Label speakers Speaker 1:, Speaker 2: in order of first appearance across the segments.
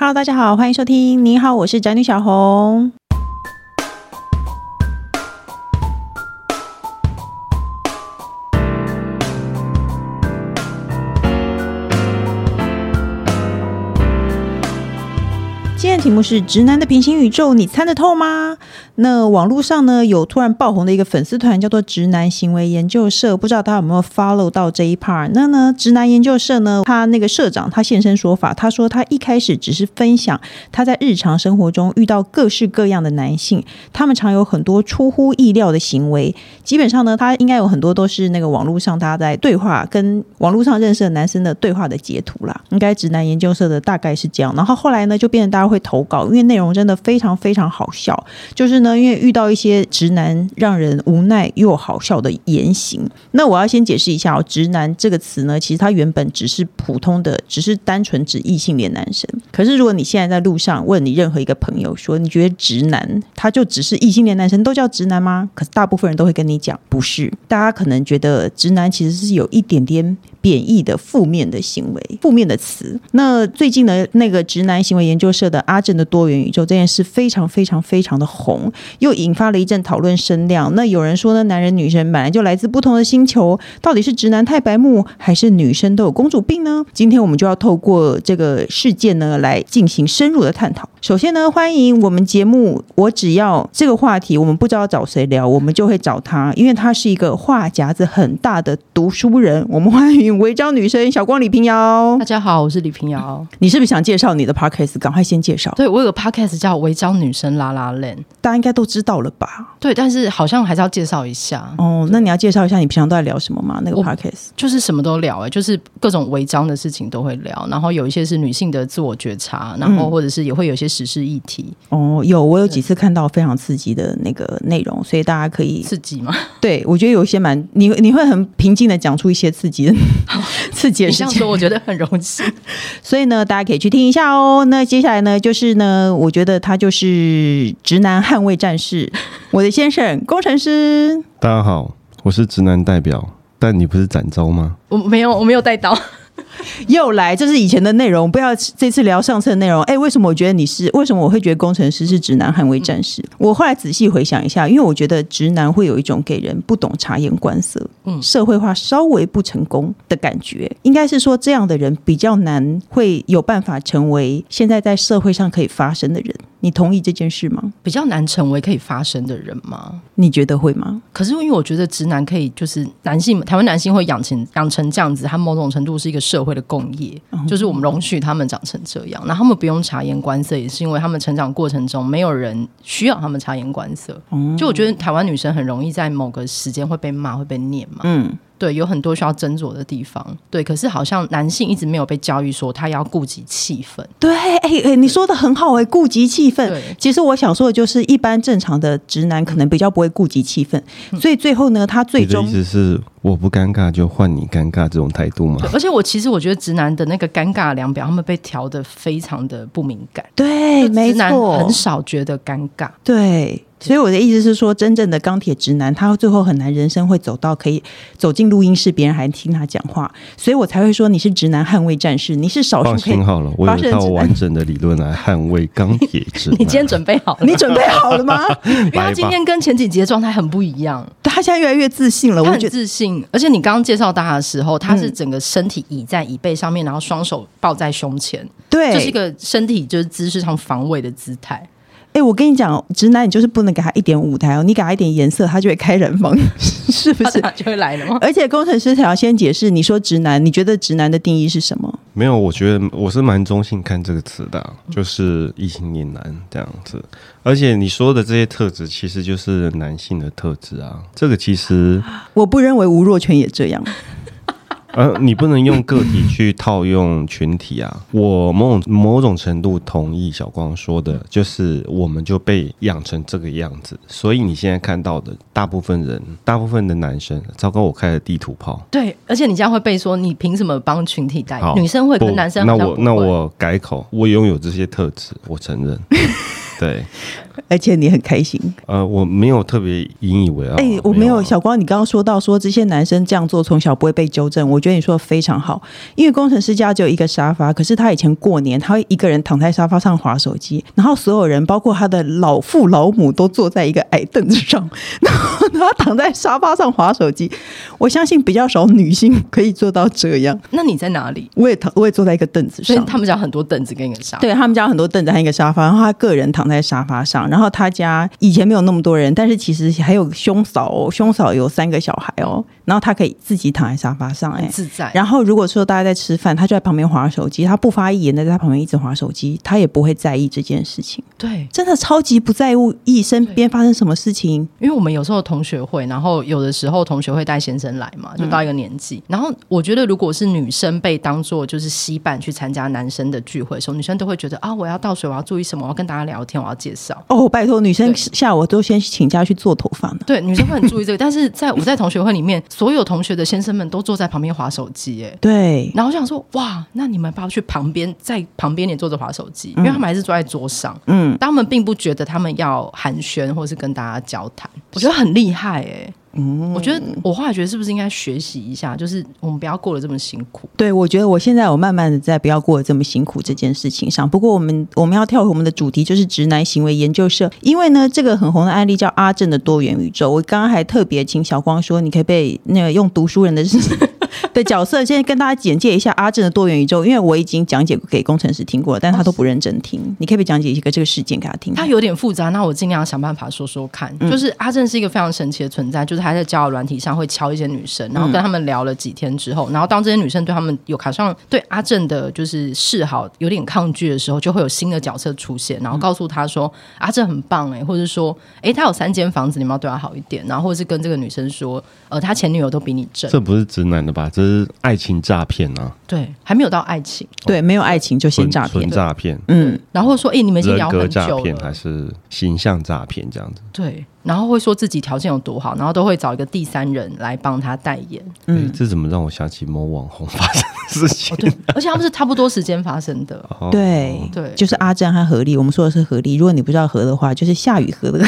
Speaker 1: Hello，大家好，欢迎收听。你好，我是宅女小红。今天的题目是：直男的平行宇宙，你参得透吗？那网络上呢有突然爆红的一个粉丝团，叫做“直男行为研究社”，不知道大家有没有 follow 到这一 part？那呢，直男研究社呢，他那个社长他现身说法，他说他一开始只是分享他在日常生活中遇到各式各样的男性，他们常有很多出乎意料的行为。基本上呢，他应该有很多都是那个网络上大家在对话，跟网络上认识的男生的对话的截图啦。应该直男研究社的大概是这样。然后后来呢，就变成大家会投稿，因为内容真的非常非常好笑。就是呢，因为遇到一些直男让人无奈又好笑的言行。那我要先解释一下哦，“直男”这个词呢，其实它原本只是普通的，只是单纯指异性恋男生。可是如果你现在在路上问你任何一个朋友说，你觉得直男他就只是异性恋男生都叫直男吗？可是大部分人都会跟你讲不是。大家可能觉得直男其实是有一点点贬义的、负面的行为、负面的词。那最近呢，那个直男行为研究社的阿正的多元宇宙这件事非常非常非常的红，又引发了一阵讨论声量。那有人说呢，男人女生本来就来自不同的星球，到底是直男太白目，还是女生都有公主病呢？今天我们就要透过这个事件呢，来进行深入的探讨。首先呢，欢迎我们节目，我只要这个话题，我们不知道找谁聊，我们就会找他，因为他是一个话匣子很大的读书人。我们欢迎违章女生小光李平遥
Speaker 2: 大，家好，我是李平 遥。
Speaker 1: 你是不是想介绍你的 podcast？赶快先介绍，
Speaker 2: 对我有个 podcast 叫《违章女生拉拉链》，
Speaker 1: 大家应该都知道了吧？
Speaker 2: 对，但是好像还是要介绍一下，
Speaker 1: 哦，那你要介绍一下你平常都在聊什么吗？那个
Speaker 2: 我
Speaker 1: podcast？
Speaker 2: 就是什么都聊、欸，就是各种违章的事情都会聊，然后有一些是女性的自我觉察，然后
Speaker 1: 嗯
Speaker 2: 或者是也会有一些时事议题，
Speaker 1: 哦，有，我有几次看到非常刺激的那个内容，所以大家可以
Speaker 2: 刺激嘛？
Speaker 1: 对，我觉得有一些蛮你你会很平静的讲出一些刺 激的刺激
Speaker 2: 你
Speaker 1: 的
Speaker 2: 这
Speaker 1: 事
Speaker 2: 样
Speaker 1: 情
Speaker 2: 说，，我觉得很荣幸。
Speaker 1: 所以呢，大家可以去听一下哦。那接下来呢，就是呢，我觉得他就是直男捍卫战士，我的先生工程师。
Speaker 3: 大家好，我是直男代表，但你不是展昭吗？
Speaker 2: 我没有，我没有带刀，
Speaker 1: 又来，这是以前的内容，不要这次聊上次的内容。哎，为什么我觉得你是？为什么我会觉得工程师是直男捍卫战士？我后来仔细回想一下，因为我觉得直男会有一种给人不懂察言观色，嗯，社会化稍微不成功的感觉。应该是说，这样的人比较难会有办法成为现在在社会上可以发生的人。你同意这件事吗？
Speaker 2: 比较难成为可以发声的人嘛。
Speaker 1: 你觉得会吗？
Speaker 2: 可是因为我觉得直男可以，就是男性台湾男性会养成养成这样子，他某种程度是一个社会的共业，就是我们容许他们长成这样，然后他们不用察言观色，也是因为他们成长过程中没有人需要他们察言观色。就我觉得台湾女生很容易在某个时间会被骂，会被念嘛，
Speaker 1: 嗯，
Speaker 2: 对，有很多需要斟酌的地方。对，可是好像男性一直没有被教育说他要顾及气氛，
Speaker 1: 对，哎、哎、你说的很好哎、顾及气氛
Speaker 2: 对。
Speaker 1: 其实我想说的就是，一般正常的直男可能比较不会顾及气氛，
Speaker 2: 嗯
Speaker 1: 所以最后呢，他最
Speaker 3: 你的
Speaker 1: 终
Speaker 3: 意思是我不尴尬就换你尴尬这种态 度吗？
Speaker 2: 对，而且我其实我觉得直男的那个尴尬量表，他们被调的非常的不敏感。
Speaker 1: 对，
Speaker 2: 就
Speaker 1: 哎没
Speaker 2: 直男
Speaker 1: 错
Speaker 2: 很，少觉得尴尬。
Speaker 1: 对。所以我的意思是说，真正的钢铁直男，他最后很难人生会走到可以走进录音室，别人还听他讲话，所以我才会说你是直男捍卫战士，你是少
Speaker 3: 放
Speaker 1: 数可以
Speaker 3: 心。好了，我有一
Speaker 1: 发现
Speaker 3: 套
Speaker 1: 直男
Speaker 3: 完整的理论来捍卫钢铁直男。
Speaker 2: 你今天准备 好了？
Speaker 1: 你准备好了 吗？
Speaker 2: 因为他
Speaker 3: 来
Speaker 2: 今
Speaker 3: 吧，
Speaker 2: 天跟前几集的状态很不一样，
Speaker 1: 他现在越来越自信了，
Speaker 2: 他
Speaker 1: 呃我
Speaker 2: 很
Speaker 1: 觉得
Speaker 2: 自信，而且你刚刚介绍他的时候，他是整个身体倚在椅背上面，然后双手抱在胸前，
Speaker 1: 对，
Speaker 2: 这是一个身体就是姿势上防卫的姿态。
Speaker 1: 哎、我跟你讲，直男你就是不能给他一点舞台哦，你给他一点颜色，他就会开人 房，是不
Speaker 2: 他
Speaker 1: 是呃
Speaker 2: 等？下就会来了吗？
Speaker 1: 而且工程师想要先解释，你说直男，你觉得直男的定义是什么？
Speaker 3: 没有，我觉得我是蛮中性看这个词的啊，
Speaker 1: 嗯
Speaker 3: 就是异性恋男这样子。而且你说的这些特质，其实就是男性的特质啊。这个其实
Speaker 1: 我不认为吴若权也这样。
Speaker 3: 呃，你不能用个体去套用群体啊。 我某种某种程度同意小光说的，就是我们就被养成这个样子，所以你现在看到的大部分人，大部分的男生，糟糕，我开了地图炮。
Speaker 2: 对，而且你这样会被说你凭什么帮群体代
Speaker 3: 好，
Speaker 2: 哎言？女生会，
Speaker 3: 不
Speaker 2: 跟男生
Speaker 3: 那
Speaker 2: 好像
Speaker 3: 我
Speaker 2: 不
Speaker 3: 那
Speaker 2: 会
Speaker 3: 我改口，我拥有这些特质，我承 认。对，
Speaker 1: 而且你很开心。
Speaker 3: 呃，我没有特别引以为傲。
Speaker 1: 哎、我没有
Speaker 3: 啊
Speaker 1: 小光，你刚刚说到说这些男生这样做从小不会被纠正，我觉得你说的非常好。因为工程师家只有一个沙发，可是他以前过年他会一个人躺在沙发上划手机，然后所有人包括他的老父老母都坐在一个矮凳子上， 然后他躺在沙发上划手机。我相信比较少女性可以做到这样。
Speaker 2: 那你在哪里？
Speaker 1: 我也躺，我也坐在一个凳子
Speaker 2: 所
Speaker 1: 上
Speaker 2: 以。他们家很多凳子跟一个沙发，
Speaker 1: 对他们家有很多凳子和一个沙发，然后他个人躺在沙发上，然后他家以前没有那么多人，但是其实还有兄嫂哦，兄嫂有三个小孩哦，然后他可以自己躺在沙发上、哎
Speaker 2: 很。自在。
Speaker 1: 然后如果说大家在吃饭，他就在旁边划手机，他不发一言的在他旁边一直划手机，他也不会在意这件事情，
Speaker 2: 对，
Speaker 1: 真的超级不在乎意身边发生什么事情。
Speaker 2: 因为我们有时候同学会，然后有的时候同学会带先生来嘛，就到一个年纪。然后我觉得，如果是女生被当做就是稀伴去参加男生的聚会的时候，女生都会觉得啊，我要倒水，我要注意什么，我要跟大家聊天，我要介绍。
Speaker 1: 哦，拜托，女生
Speaker 2: 对
Speaker 1: 下午都先请假去做头发呢。
Speaker 2: 对，女生会很注意 这个，但是在我在同学会里面，所有同学的先生们都坐在旁边划手机，哎，
Speaker 1: 对，
Speaker 2: 然后我想说，哇，那你们要不要去旁边，在旁边也坐着划手机，因为他们还是坐在桌上，嗯，但他们并不觉得他们要寒暄或是跟大家交谈，我觉得很厉害哎、嗯，我觉得我后来觉得是不是应该学习一下，就是我们不要过得这么辛苦。
Speaker 1: 对，我觉得我现在我慢慢的在不要过得这么辛苦这件事情上。不过我们我们要跳回我们的主题，就是直男行为研究社，因为呢这个很红的案例叫阿正的多元宇宙。我刚刚还特别请小光说，你可以被那个用读书人的 的角色，先跟大家简介一下阿正的多元宇宙，因为我已经讲解给工程师听过了，但是他都不认真听。你可以不可以讲解一个这个事件给他听？
Speaker 2: 它有点复杂，那我尽量想办法说说看。
Speaker 3: 嗯
Speaker 2: 就是阿正是一个非常神奇的存在，就是他在交友软体上会敲一些女生，
Speaker 3: 嗯
Speaker 2: 然后跟他们聊了几天之后，然后当这些女生对他们有卡上对阿正的就是示好有点抗拒的时候，就会有新的角色出现，然后
Speaker 3: 嗯
Speaker 2: 告诉他说、阿正很棒哎、或者说哎、他有三间房子，你们要对他好一点，然后或者是跟这个女生说呃他前女友都比你正，
Speaker 3: 这不是直男的吧？这是爱情诈骗啊，
Speaker 2: 对，还没有到爱情，
Speaker 1: 对，没有爱情就先
Speaker 3: 纯
Speaker 1: 诈骗
Speaker 3: 纯。诈骗，
Speaker 1: 嗯，
Speaker 2: 然后说哎、你们已经
Speaker 3: 人
Speaker 2: 聊
Speaker 3: 格
Speaker 2: 很
Speaker 3: 诈
Speaker 2: 久
Speaker 3: 骗
Speaker 2: 了
Speaker 3: 还。是形象诈骗这样子？
Speaker 2: 对，然后会说自己条件有多好，然后都会找一个第三人来帮他代言，
Speaker 3: 嗯，这怎么让我想起某网红 发生的事情？
Speaker 2: 而且他们是差不多时间发生的。
Speaker 3: 哦
Speaker 1: 对
Speaker 2: 对
Speaker 1: 就是阿正和何丽，我们说的是何丽。如果你不知道何的话，就是夏雨荷的，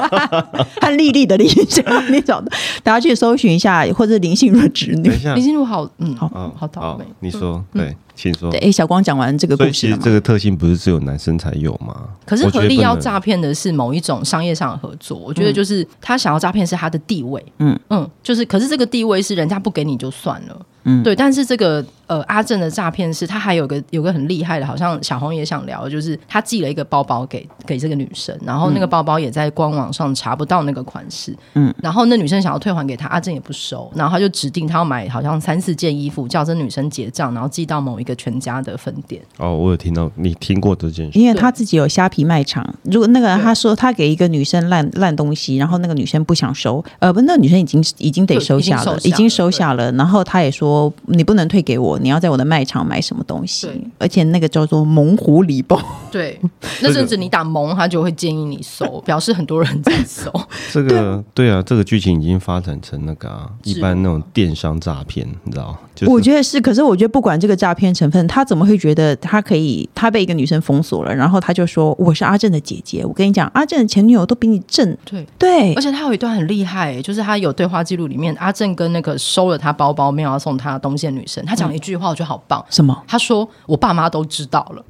Speaker 1: 和丽丽的丽，这样你找到，大家去搜寻一下，或者林心如的侄女
Speaker 3: 等一。下
Speaker 2: 林，心如好，嗯，好
Speaker 3: 哦
Speaker 2: 好嗯倒霉。
Speaker 3: 你说对，请说
Speaker 1: 对，。哎，小光讲完这个
Speaker 3: 所
Speaker 1: 故
Speaker 3: 以其
Speaker 1: 事
Speaker 3: 实
Speaker 1: 了
Speaker 3: 这
Speaker 1: 吗？
Speaker 3: 个特性不是只有男生才有吗？
Speaker 2: 可是
Speaker 3: 我觉
Speaker 2: 何
Speaker 3: 得
Speaker 2: 力
Speaker 3: 不
Speaker 2: 要
Speaker 3: 能嗯
Speaker 2: 诈骗的是某一种商业上的合作，我觉得就是他想要诈骗是他的地位，
Speaker 1: 嗯
Speaker 2: 嗯嗯，就是可是这个地位是人家不给你就算了，嗯，对。但是这个呃阿正的诈骗是他还有个有个很厉害的，好像小红也想聊，就是他寄了一个包包给给这个女生，然后那个包包也在官网上查不到那个款式，嗯，然后那女生想要退还给他，阿正也不收，然后他就指定他要买好像三四件衣服，叫这女生结账，然后寄到某一个全家的分店。
Speaker 3: 哦，我有听到你听过这件事，
Speaker 1: 因为他自己有虾皮卖场，如果那个他说他给一个女生烂烂东西，然后那个女生不想收，呃，不，那个女生已经已经得
Speaker 2: 对
Speaker 1: 收
Speaker 2: 已经
Speaker 1: 下了，
Speaker 2: 收
Speaker 1: 已
Speaker 2: 下
Speaker 1: 经
Speaker 2: 了
Speaker 1: 收下了。然后他也说你不能退给我，你要在我的卖场买什么东西
Speaker 2: 对，
Speaker 1: 而且那个叫做猛虎礼包。
Speaker 2: 对，那阵子你打蒙，他就会建议你搜，表示很多人在搜。
Speaker 3: 这个对啊，这个剧情已经发展成那个啊，
Speaker 2: 是
Speaker 3: 一般那种电商诈骗，你知道？就是
Speaker 1: 我觉得是，可是我觉得不管这个诈骗成分，他怎么会觉得他可以？他被一个女生封锁了，然后他就说我是阿正的姐姐。我跟你讲，阿正的前女友都比你正。
Speaker 2: 对，
Speaker 1: 对
Speaker 2: 而，且他有一段很厉害、就是他有对话记录里面，阿正跟那个收了他包包没有要送他东西的女生，他讲了一句话，我觉得好棒。
Speaker 1: 什么？
Speaker 2: 他说：“我爸妈都知道了。”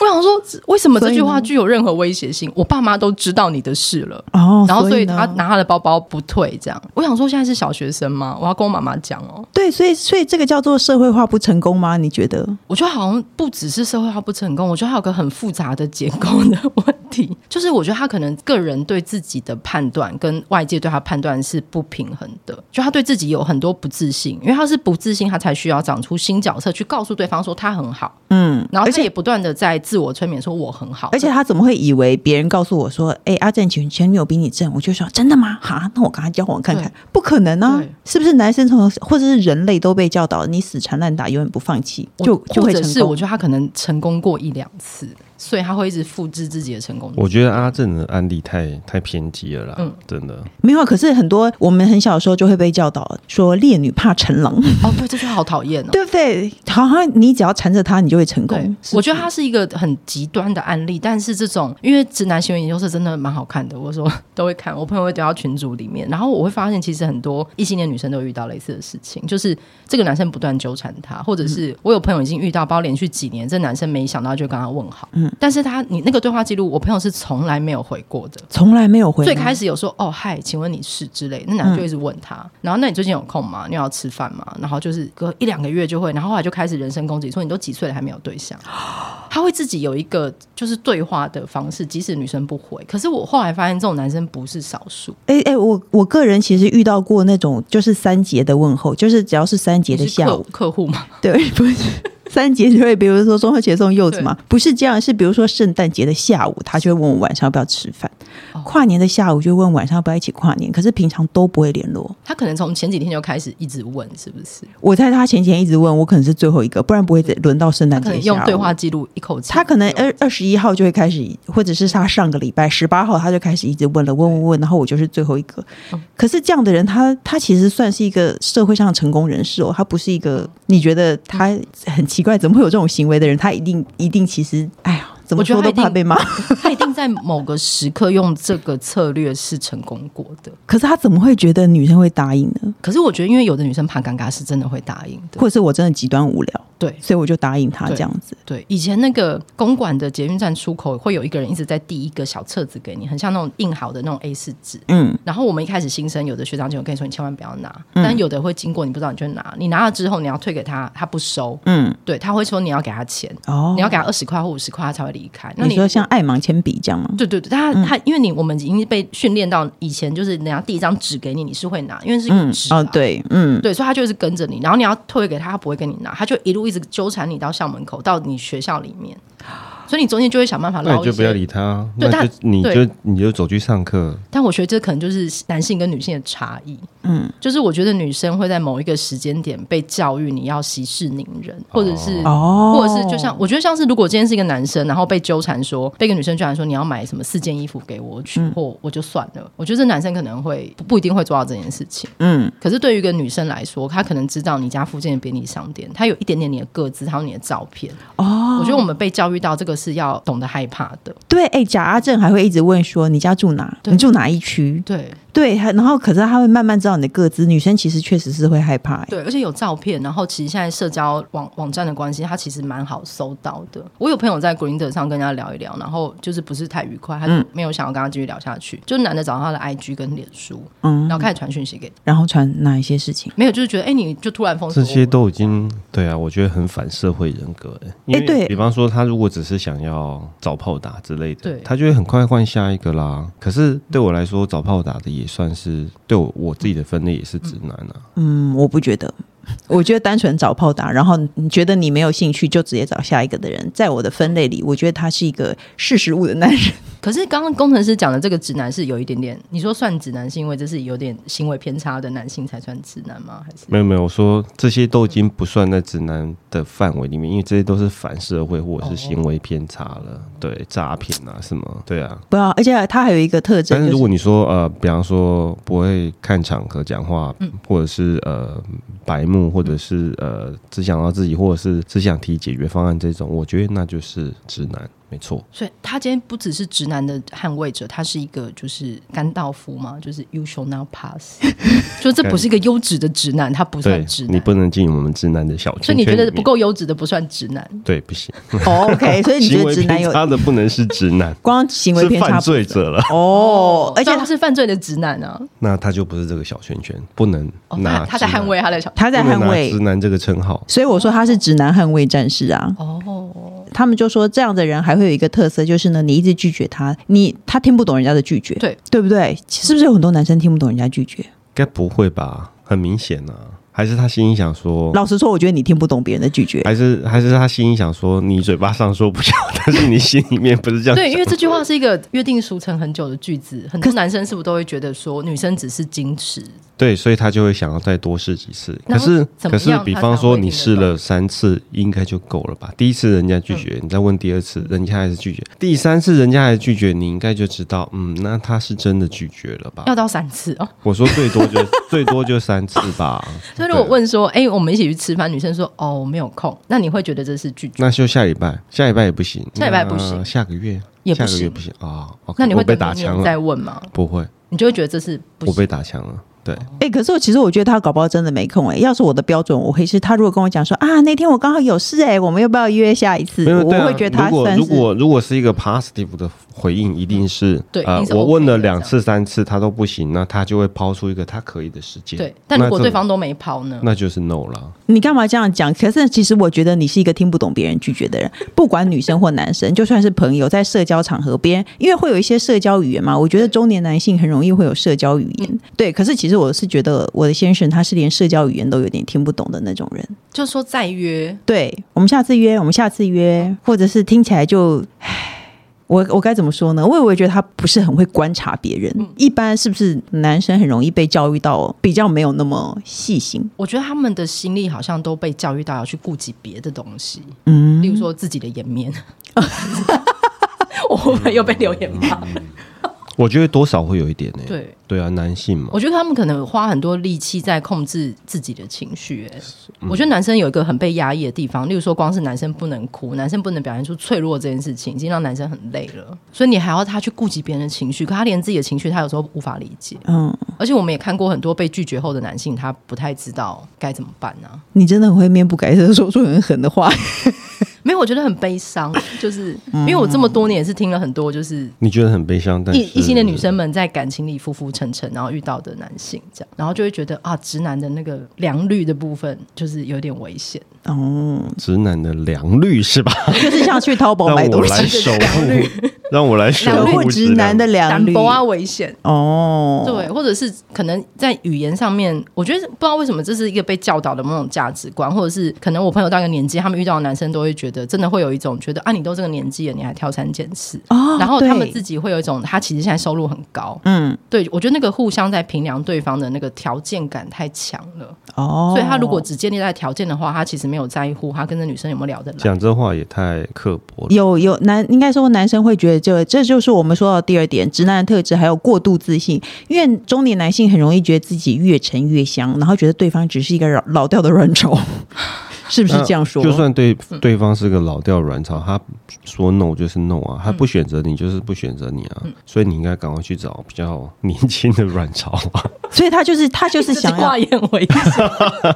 Speaker 2: 我想说，为什么这句话具有任何威胁性？我爸妈都知道你的事了。
Speaker 1: 哦，
Speaker 2: 然后，所以
Speaker 1: 呢
Speaker 2: 他拿他的包包不退，这样。我想说，现在是小学生吗？我要跟我妈妈讲哦。
Speaker 1: 对，所以所以这个叫做社会化不成功吗？你觉得？
Speaker 2: 我觉得好像不只是社会化不成功，我觉得还有个很复杂的结构的问题， 就是我觉得他可能个人对自己的判断跟外界对他判断是不平衡的，就他对自己有很多不自信，因为他是不自信，他才需要长出新角色去告诉对方说他很好，
Speaker 1: 嗯，
Speaker 2: 然后
Speaker 1: 而
Speaker 2: 他
Speaker 1: 且
Speaker 2: 也不断的在自我催眠说我很好，
Speaker 1: 而且他怎么会以为别人告诉我说：“哎、阿正前前女友比你正？”我就说：“真的吗？哈，那我跟他交往看看
Speaker 2: 对。”
Speaker 1: 不可能啊
Speaker 2: 对！
Speaker 1: 是不是男生从或者是人类都被教导你死缠烂打，永远不放弃，
Speaker 2: 我
Speaker 1: 就就
Speaker 2: 或
Speaker 1: 会
Speaker 2: 者
Speaker 1: 成
Speaker 2: 是我
Speaker 1: 功？
Speaker 2: 觉得他可能成功过一两次，所以他会一直复制自己的成功。
Speaker 3: 我觉得阿正的案例太太偏激了啦，
Speaker 2: 嗯
Speaker 3: 真的。
Speaker 1: 没有啊，可是很多我们很小的时候就会被教导说“烈女怕缠 郎
Speaker 2: 哦，对，这句话好讨厌哦”，。
Speaker 1: 对不对？好像你只要缠着他，你就会成
Speaker 2: 对
Speaker 1: 功。，
Speaker 2: 我觉得他是一个很极端的案例，但是这种因为直男行为研究社真的蛮好看的，我说 都会看，我朋友会丢到群组里面，然后我会发现其实很多异性恋女生都有遇到类似的事情，就是这个男生不断纠缠她，或者是我有朋友已经遇到，包连续几年，这男生没想到就跟他问好，嗯，但是他你那个对话记录，我朋友是从来没有回过的。
Speaker 1: 从来没有回来
Speaker 2: 最开始有说哦嗨，请问你是之类，那男的就一直问他，
Speaker 1: 嗯
Speaker 2: 然后那你最近有空吗？你有要吃饭吗？然后就是隔一两个月就会，然后后来就开始人身攻击，说你都几岁了还没有对 象，他会自己有一个就是对话的方式，即使女生不回，可是我后来发现这种男生不是少数，
Speaker 1: 哎哎、我我个人其实遇到过那种就是三节的问候，就是只要是三节
Speaker 2: 你
Speaker 1: 的
Speaker 2: 是
Speaker 1: 下
Speaker 2: 客
Speaker 1: 午，
Speaker 2: 客户嘛，
Speaker 1: 对，不是三节就会，比如说中秋节送柚子嘛，不是这样，是比如说圣诞节的下午，他就会问我晚上要不要吃饭，
Speaker 2: 哦
Speaker 1: 跨年的下午就问晚上要不要一起跨年，可是平常都不会联络。
Speaker 2: 他可能从前几天就开始一直问是不是？
Speaker 1: 我在他前几天一直问我，可能是最后一个，不然不会轮到圣
Speaker 2: 他
Speaker 1: 诞
Speaker 2: 可
Speaker 1: 节
Speaker 2: 能
Speaker 1: 下午
Speaker 2: 用对话。记录一口气，
Speaker 1: 他可能二二十一号就会开始，或者是他上个礼拜十八号他就开始一直问了，问问问，然后我就是最后一个。
Speaker 2: 嗯
Speaker 1: 可是这样的人，他他其实算是一个社会上的成功人士哦，他不是一
Speaker 2: 嗯
Speaker 1: 个你觉得他很奇怪，怎么会有这种行为的人？他一定一定其实，哎呀，怎么
Speaker 2: 我觉
Speaker 1: 说
Speaker 2: 得
Speaker 1: 都怕被骂。
Speaker 2: 他一定在某个时刻用这个策略是成功过的。
Speaker 1: 可是他怎么会觉得女生会答应呢？
Speaker 2: 可是我觉得，因为有的女生怕尴尬，是真的会答应的
Speaker 1: 或。者是我真的极端无聊，
Speaker 2: 对
Speaker 1: 所以我就答应他
Speaker 2: 对
Speaker 1: 这样子。
Speaker 2: 对，以前那个公馆的捷运站出口会有一个人一直在递一个小册子给你，很像那种印好的那种 A 四纸。
Speaker 1: 嗯，
Speaker 2: 然后我们一开始新生，有的学长就有跟你说你千万不要拿，但有的会经过你不知道你就拿，你拿了之后你要退给他，他不收，
Speaker 1: 嗯，
Speaker 2: 对他会说你要给他钱，
Speaker 1: 哦
Speaker 2: 你要给他二十块或五十块他才会离开。那
Speaker 1: 你说像爱盲铅笔这样吗？
Speaker 2: 对对对，他他因为你我们已经被训练到以前就是人家递一张纸给你，你是会拿，因为是
Speaker 1: 嗯
Speaker 2: 用，纸、啊
Speaker 1: 哦，对，嗯，
Speaker 2: 对，所以他就一直跟着你，然后你要退给他，他不会跟你拿，他就一路一直纠缠你到校门口，到你学校里面，所以你中间就会想办法
Speaker 3: 那
Speaker 2: 捞
Speaker 3: 你
Speaker 2: 一
Speaker 3: 就不要
Speaker 2: 些
Speaker 3: 理他啊，
Speaker 2: 对
Speaker 3: 那就
Speaker 2: 但
Speaker 3: 你
Speaker 2: 对
Speaker 3: 就你就走去上课。
Speaker 2: 但我觉得这可能就是男性跟女性的差异。嗯，就是我觉得女生会在某一个时间点被教育你要息事宁人，或者是。
Speaker 1: 哦，
Speaker 2: 或者是就像我觉得像是如果今天是一个男生，然后被纠缠说被一个女生纠缠说你要买什么四件衣服给我取货，我就算了。我觉得这男生可能会不不一定会做到这件事情。
Speaker 1: 嗯，
Speaker 2: 可是对于一个女生来说，她可能知道你家附近的便利商店，她有一点点你的个子，还有你的照片。
Speaker 1: 哦
Speaker 2: 我觉得我们被教育到这个是要懂得害怕的。
Speaker 1: 对，哎、贾阿正还会一直问说你家住哪？
Speaker 2: 对
Speaker 1: 你住哪一区？
Speaker 2: 对
Speaker 1: 对，还然后可是他会慢慢知道你的个资。女生其实确实是会害怕、哎
Speaker 2: 对，而且有照片，然后其实现在社交网网站的关系，它其实蛮好搜到的。我有朋友在 Grinder 上跟人家聊一聊，然后就是不是太愉快，他
Speaker 3: 嗯
Speaker 2: 就没有想要跟他继续聊下去。就男的找他的 IG 跟脸书，
Speaker 1: 嗯
Speaker 2: 然，后开始传讯息给，
Speaker 1: 然后传哪一些事情？
Speaker 2: 没有就是觉得哎、你就突然封锁
Speaker 3: 这
Speaker 2: 我
Speaker 3: 些都已经对啊，我觉得很反社会人格、欸。因为
Speaker 1: 对
Speaker 3: 比方说他如果只是想要找炮打之类的，
Speaker 2: 对
Speaker 3: 他就会很快换下一个啦。可是对我来说，找炮打的也算是对我我自己的分类也是直男啊。
Speaker 1: 嗯，我不觉得。我觉得单纯找炮打，然后你觉得你没有兴趣，就直接找下一个的人，在我的分类里，我觉得他是一个识时务的男 人。
Speaker 2: 可是刚刚工程师讲的这个直男是有一点点，你说算直男是因为这是有点行为偏差的男性才算直男吗？还是
Speaker 3: 没有没有，我说这些都已经不算在直男的范围里面，因为这些都是反社会或者是行为偏差了，对诈骗啊什么，对啊。
Speaker 1: 不要，而且他还有一个特征、就是
Speaker 3: 但
Speaker 1: 是，
Speaker 3: 如果你说呃，比方说不会看场合讲话，
Speaker 2: 嗯
Speaker 3: 或者是呃白目，或者是呃只想到自己，或者是只想提解决方案这种，我觉得那就是直男，没错。
Speaker 2: 所以他今天不只是直男的捍卫者，他是一个就是甘道夫嘛，就是 you shall not pass，就这不是一个优质的直男，他不
Speaker 3: 对
Speaker 2: 算直，
Speaker 3: 你
Speaker 2: 男。啊
Speaker 3: 不能进我们直男的小圈
Speaker 2: 所以
Speaker 3: 圈
Speaker 2: 你觉得
Speaker 3: 里面
Speaker 2: 不？够优质的不算直男，
Speaker 3: 对，不行，
Speaker 1: 哦，OK，所以你觉
Speaker 3: 行
Speaker 1: 得
Speaker 3: 为
Speaker 1: 直男有，
Speaker 3: 偏差的不能是直男
Speaker 1: 光行为
Speaker 3: 是
Speaker 1: 偏差
Speaker 3: 犯
Speaker 1: 不
Speaker 3: 罪者了，
Speaker 1: 哦，而且
Speaker 2: 所以他是犯罪的直男啊！
Speaker 3: 那他就不是这个小圈圈，不能
Speaker 2: 哦，
Speaker 3: 拿
Speaker 2: 他他在
Speaker 3: 直男
Speaker 2: 捍卫他的 小
Speaker 1: 他在
Speaker 3: 不能
Speaker 1: 捍
Speaker 3: 拿
Speaker 1: 卫
Speaker 3: 直男这个称号。
Speaker 1: 所以我说他是直男捍卫战士啊。
Speaker 2: 哦，
Speaker 1: 他们就说这样的人还会有一个特色，就是呢，你一直拒绝他，你他听不懂人家的拒绝，
Speaker 2: 对
Speaker 1: 对不对？是不是有很多男生听不懂人家拒绝？
Speaker 3: 该不会吧？很明显啊，还是他心里想说，
Speaker 1: 老实说，我觉得你听不懂别人的拒
Speaker 2: 嗯
Speaker 1: 绝。
Speaker 3: 还是还是他心里想说，你嘴巴上说不要，但是你心里面不是这样想。
Speaker 2: 对，因为这句话是一个约定俗成很久的句子，很多男生是不是都会觉得说女生只是矜持？
Speaker 3: 对，所以他就会想要再多试几次。可
Speaker 2: 然后
Speaker 3: 是
Speaker 2: 怎么
Speaker 3: 可是
Speaker 2: 样，
Speaker 3: 比
Speaker 2: 他
Speaker 3: 方
Speaker 2: 才
Speaker 3: 说
Speaker 2: 会
Speaker 3: 你
Speaker 2: 听得
Speaker 3: 试
Speaker 2: 懂
Speaker 3: 了三次，应该就够了吧？第一次人家拒绝，你再问第二次，人家还是拒绝；第三次人家还是拒绝，你应该就知道，嗯，那他是真的拒绝了吧？
Speaker 2: 要到三次哦。
Speaker 3: 我说最多就 最多就三次吧。
Speaker 2: 所以如果
Speaker 3: 对，
Speaker 2: 问说，哎、我们一起去吃饭，女生说哦我没有空，那你会觉得这是拒绝？
Speaker 3: 那就下礼拜，下礼拜也不行，
Speaker 2: 下礼拜不行
Speaker 3: 那下个月
Speaker 2: 也不
Speaker 3: 下个月
Speaker 2: 行
Speaker 3: 不行啊。OK，
Speaker 2: 那你会
Speaker 3: 我被
Speaker 2: 等
Speaker 3: 打
Speaker 2: 明
Speaker 3: 枪
Speaker 2: 年再
Speaker 3: 了？
Speaker 2: 问吗？
Speaker 3: 不会，
Speaker 2: 你就会觉得这是不
Speaker 3: 我
Speaker 2: 行
Speaker 3: 被。打枪了。对，
Speaker 1: 哎、可是我其实我觉得他搞不好真的没空哎、要是我的标准，我会是他如果跟我讲说啊，那天我刚好有事哎、我们要不要约下一次？
Speaker 3: 没有，
Speaker 1: 我
Speaker 3: 对啊
Speaker 1: 会觉得他
Speaker 3: 如果
Speaker 1: 算
Speaker 3: 如
Speaker 1: 是。
Speaker 3: 果如果是一个 positive 的回应，一定是
Speaker 2: 对一
Speaker 3: 呃
Speaker 2: 定是，
Speaker 3: 我
Speaker 2: OK
Speaker 3: 问了
Speaker 2: 的这样
Speaker 3: 两次三次他都不行，那他就会抛出一个他可以的时间。
Speaker 2: 对，但如果
Speaker 3: 那这
Speaker 2: 对方都没抛呢？
Speaker 3: 那就是 no 了。
Speaker 1: 你干嘛这样讲？可是其实我觉得你是一个听不懂别人拒绝的人，不管女生或男生，就算是朋友，在社交场合边，因为会有一些社交语言嘛。我觉得中年男性很容易会有社交语言，对。可是其实我是觉得我的先生他是连社交语言都有点听不懂的那种人。
Speaker 2: 就是说再约，
Speaker 1: 对，我们下次约，我们下次约，或者是听起来就，唉我我该怎么说呢？我也会觉得他不是很会观察别人。一般是不是男生很容易被教育到比较没有那么细心？
Speaker 2: 我觉得他们的心力好像都被教育到要去顾及别的东西，
Speaker 1: 嗯，
Speaker 2: 例如说自己的颜面。我会不会又被留言
Speaker 3: 嗯
Speaker 2: 骂？
Speaker 3: 我觉得多少会有一点呢、
Speaker 2: 对，
Speaker 3: 对啊，男性嘛
Speaker 2: 我，觉得他们可能花很多力气在控制自己的情绪、欸。我觉得男生有一个很被压抑的地方，例如说，光是男生不能哭，男生不能表现出脆弱这件事情，已经让男生很累了。所以你还要他去顾及别人的情绪，可他连自己的情绪，他有时候无法理解。
Speaker 1: 嗯，
Speaker 2: 而且我们也看过很多被拒绝后的男性，他不太知道该怎么办呢、啊？
Speaker 1: 你真的很会面不改色，说出很狠的话。
Speaker 2: 没有，我觉得很悲伤， 就是因为我这么多年也是听了很多，就是
Speaker 3: 你觉得很悲
Speaker 1: 嗯
Speaker 3: 伤，但
Speaker 2: 异
Speaker 3: 是
Speaker 2: 异性的女生们在感情里浮浮沉沉，然后遇到的男性这样，然后就会觉得啊，直男的那个良率的部分就是有点危险。
Speaker 1: 哦，
Speaker 3: 直男的良率是吧？
Speaker 1: 就是像去 淘宝
Speaker 3: 让
Speaker 1: 买
Speaker 3: 我
Speaker 1: 东
Speaker 3: 来
Speaker 1: 西，
Speaker 3: 守护，让我来守
Speaker 1: 守
Speaker 3: 护
Speaker 1: 护直男的良
Speaker 2: 男
Speaker 1: 率。
Speaker 2: 博啊，危险。
Speaker 1: 哦，
Speaker 2: 对，或者是可能在语言上面，我觉得不知道为什么这是一个被教导的某种价值观，或者是可能我朋友到一个年纪，他们遇到的男生都会觉得，真的会有一种觉得啊，你都这个年纪了，你还挑三拣四。
Speaker 1: 哦，
Speaker 2: 然后他们
Speaker 1: 对
Speaker 2: 自己会有一种，他其实现在收入很高，
Speaker 1: 嗯
Speaker 2: 对我觉得那个互相在评量对方的那个条件感太强了，
Speaker 1: 哦，
Speaker 2: 所以他如果只建立在条件的话，他其实没有在乎他跟这女生有没有聊得来。
Speaker 3: 讲这话也太刻薄了。
Speaker 1: 有有男，应该说男生会觉得这这就是我们说到第二点，直男的特质还有过度自信，因为中年男性很容易觉得自己越沉越香，然后觉得对方只是一个老老掉的软虫， 是
Speaker 2: 嗯
Speaker 1: 不是这样说？
Speaker 3: 就算对对方是个老掉软草，他说 no 就是 no
Speaker 2: 嗯
Speaker 3: 啊，他不选择你就是不选择你啊，所以你应该赶快去找比较年轻的软草啊。
Speaker 1: 所以他就是他就是
Speaker 2: 这句
Speaker 1: 想
Speaker 2: 话
Speaker 1: 要
Speaker 2: 也很危险。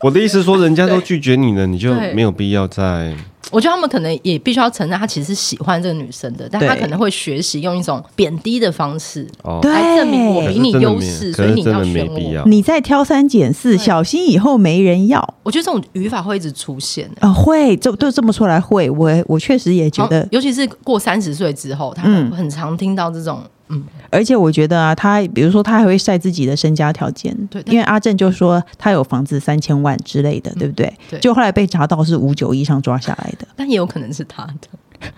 Speaker 3: 我的意思说，人家都拒绝你了，你就
Speaker 2: 对
Speaker 3: 没有必要再
Speaker 2: 我觉得他们可能也必须要承认，他其实是喜欢这个女生的，但他
Speaker 1: 对
Speaker 2: 可能会学习用一种贬低的方式
Speaker 3: 哦。
Speaker 2: 来证明我
Speaker 3: 可
Speaker 2: 比
Speaker 3: 是
Speaker 2: 你
Speaker 3: 真的
Speaker 2: 优
Speaker 3: 没
Speaker 2: 势，所
Speaker 3: 可
Speaker 2: 以
Speaker 3: 是
Speaker 2: 你
Speaker 3: 真
Speaker 2: 要
Speaker 3: 的
Speaker 2: 选
Speaker 3: 没必
Speaker 2: 我。
Speaker 3: 要。
Speaker 1: 你再挑三拣四，
Speaker 2: 对
Speaker 1: 小心以后没人要。
Speaker 2: 我觉得这种语法会一直出现、欸。
Speaker 1: 啊，会，就就这么说来会，我我确实也觉
Speaker 2: 好
Speaker 1: 得，
Speaker 2: 尤其是过三十岁之后，他
Speaker 1: 嗯
Speaker 2: 们很常听到这种，嗯，
Speaker 1: 而且我觉得啊，他比如说他还会晒自己的身家条件，
Speaker 2: 对但
Speaker 1: 因为阿正就说他有房子三千万之类的，对不对？
Speaker 2: 嗯对
Speaker 1: 就后来被查到是五九以上抓下来的，
Speaker 2: 但也有可能是他的，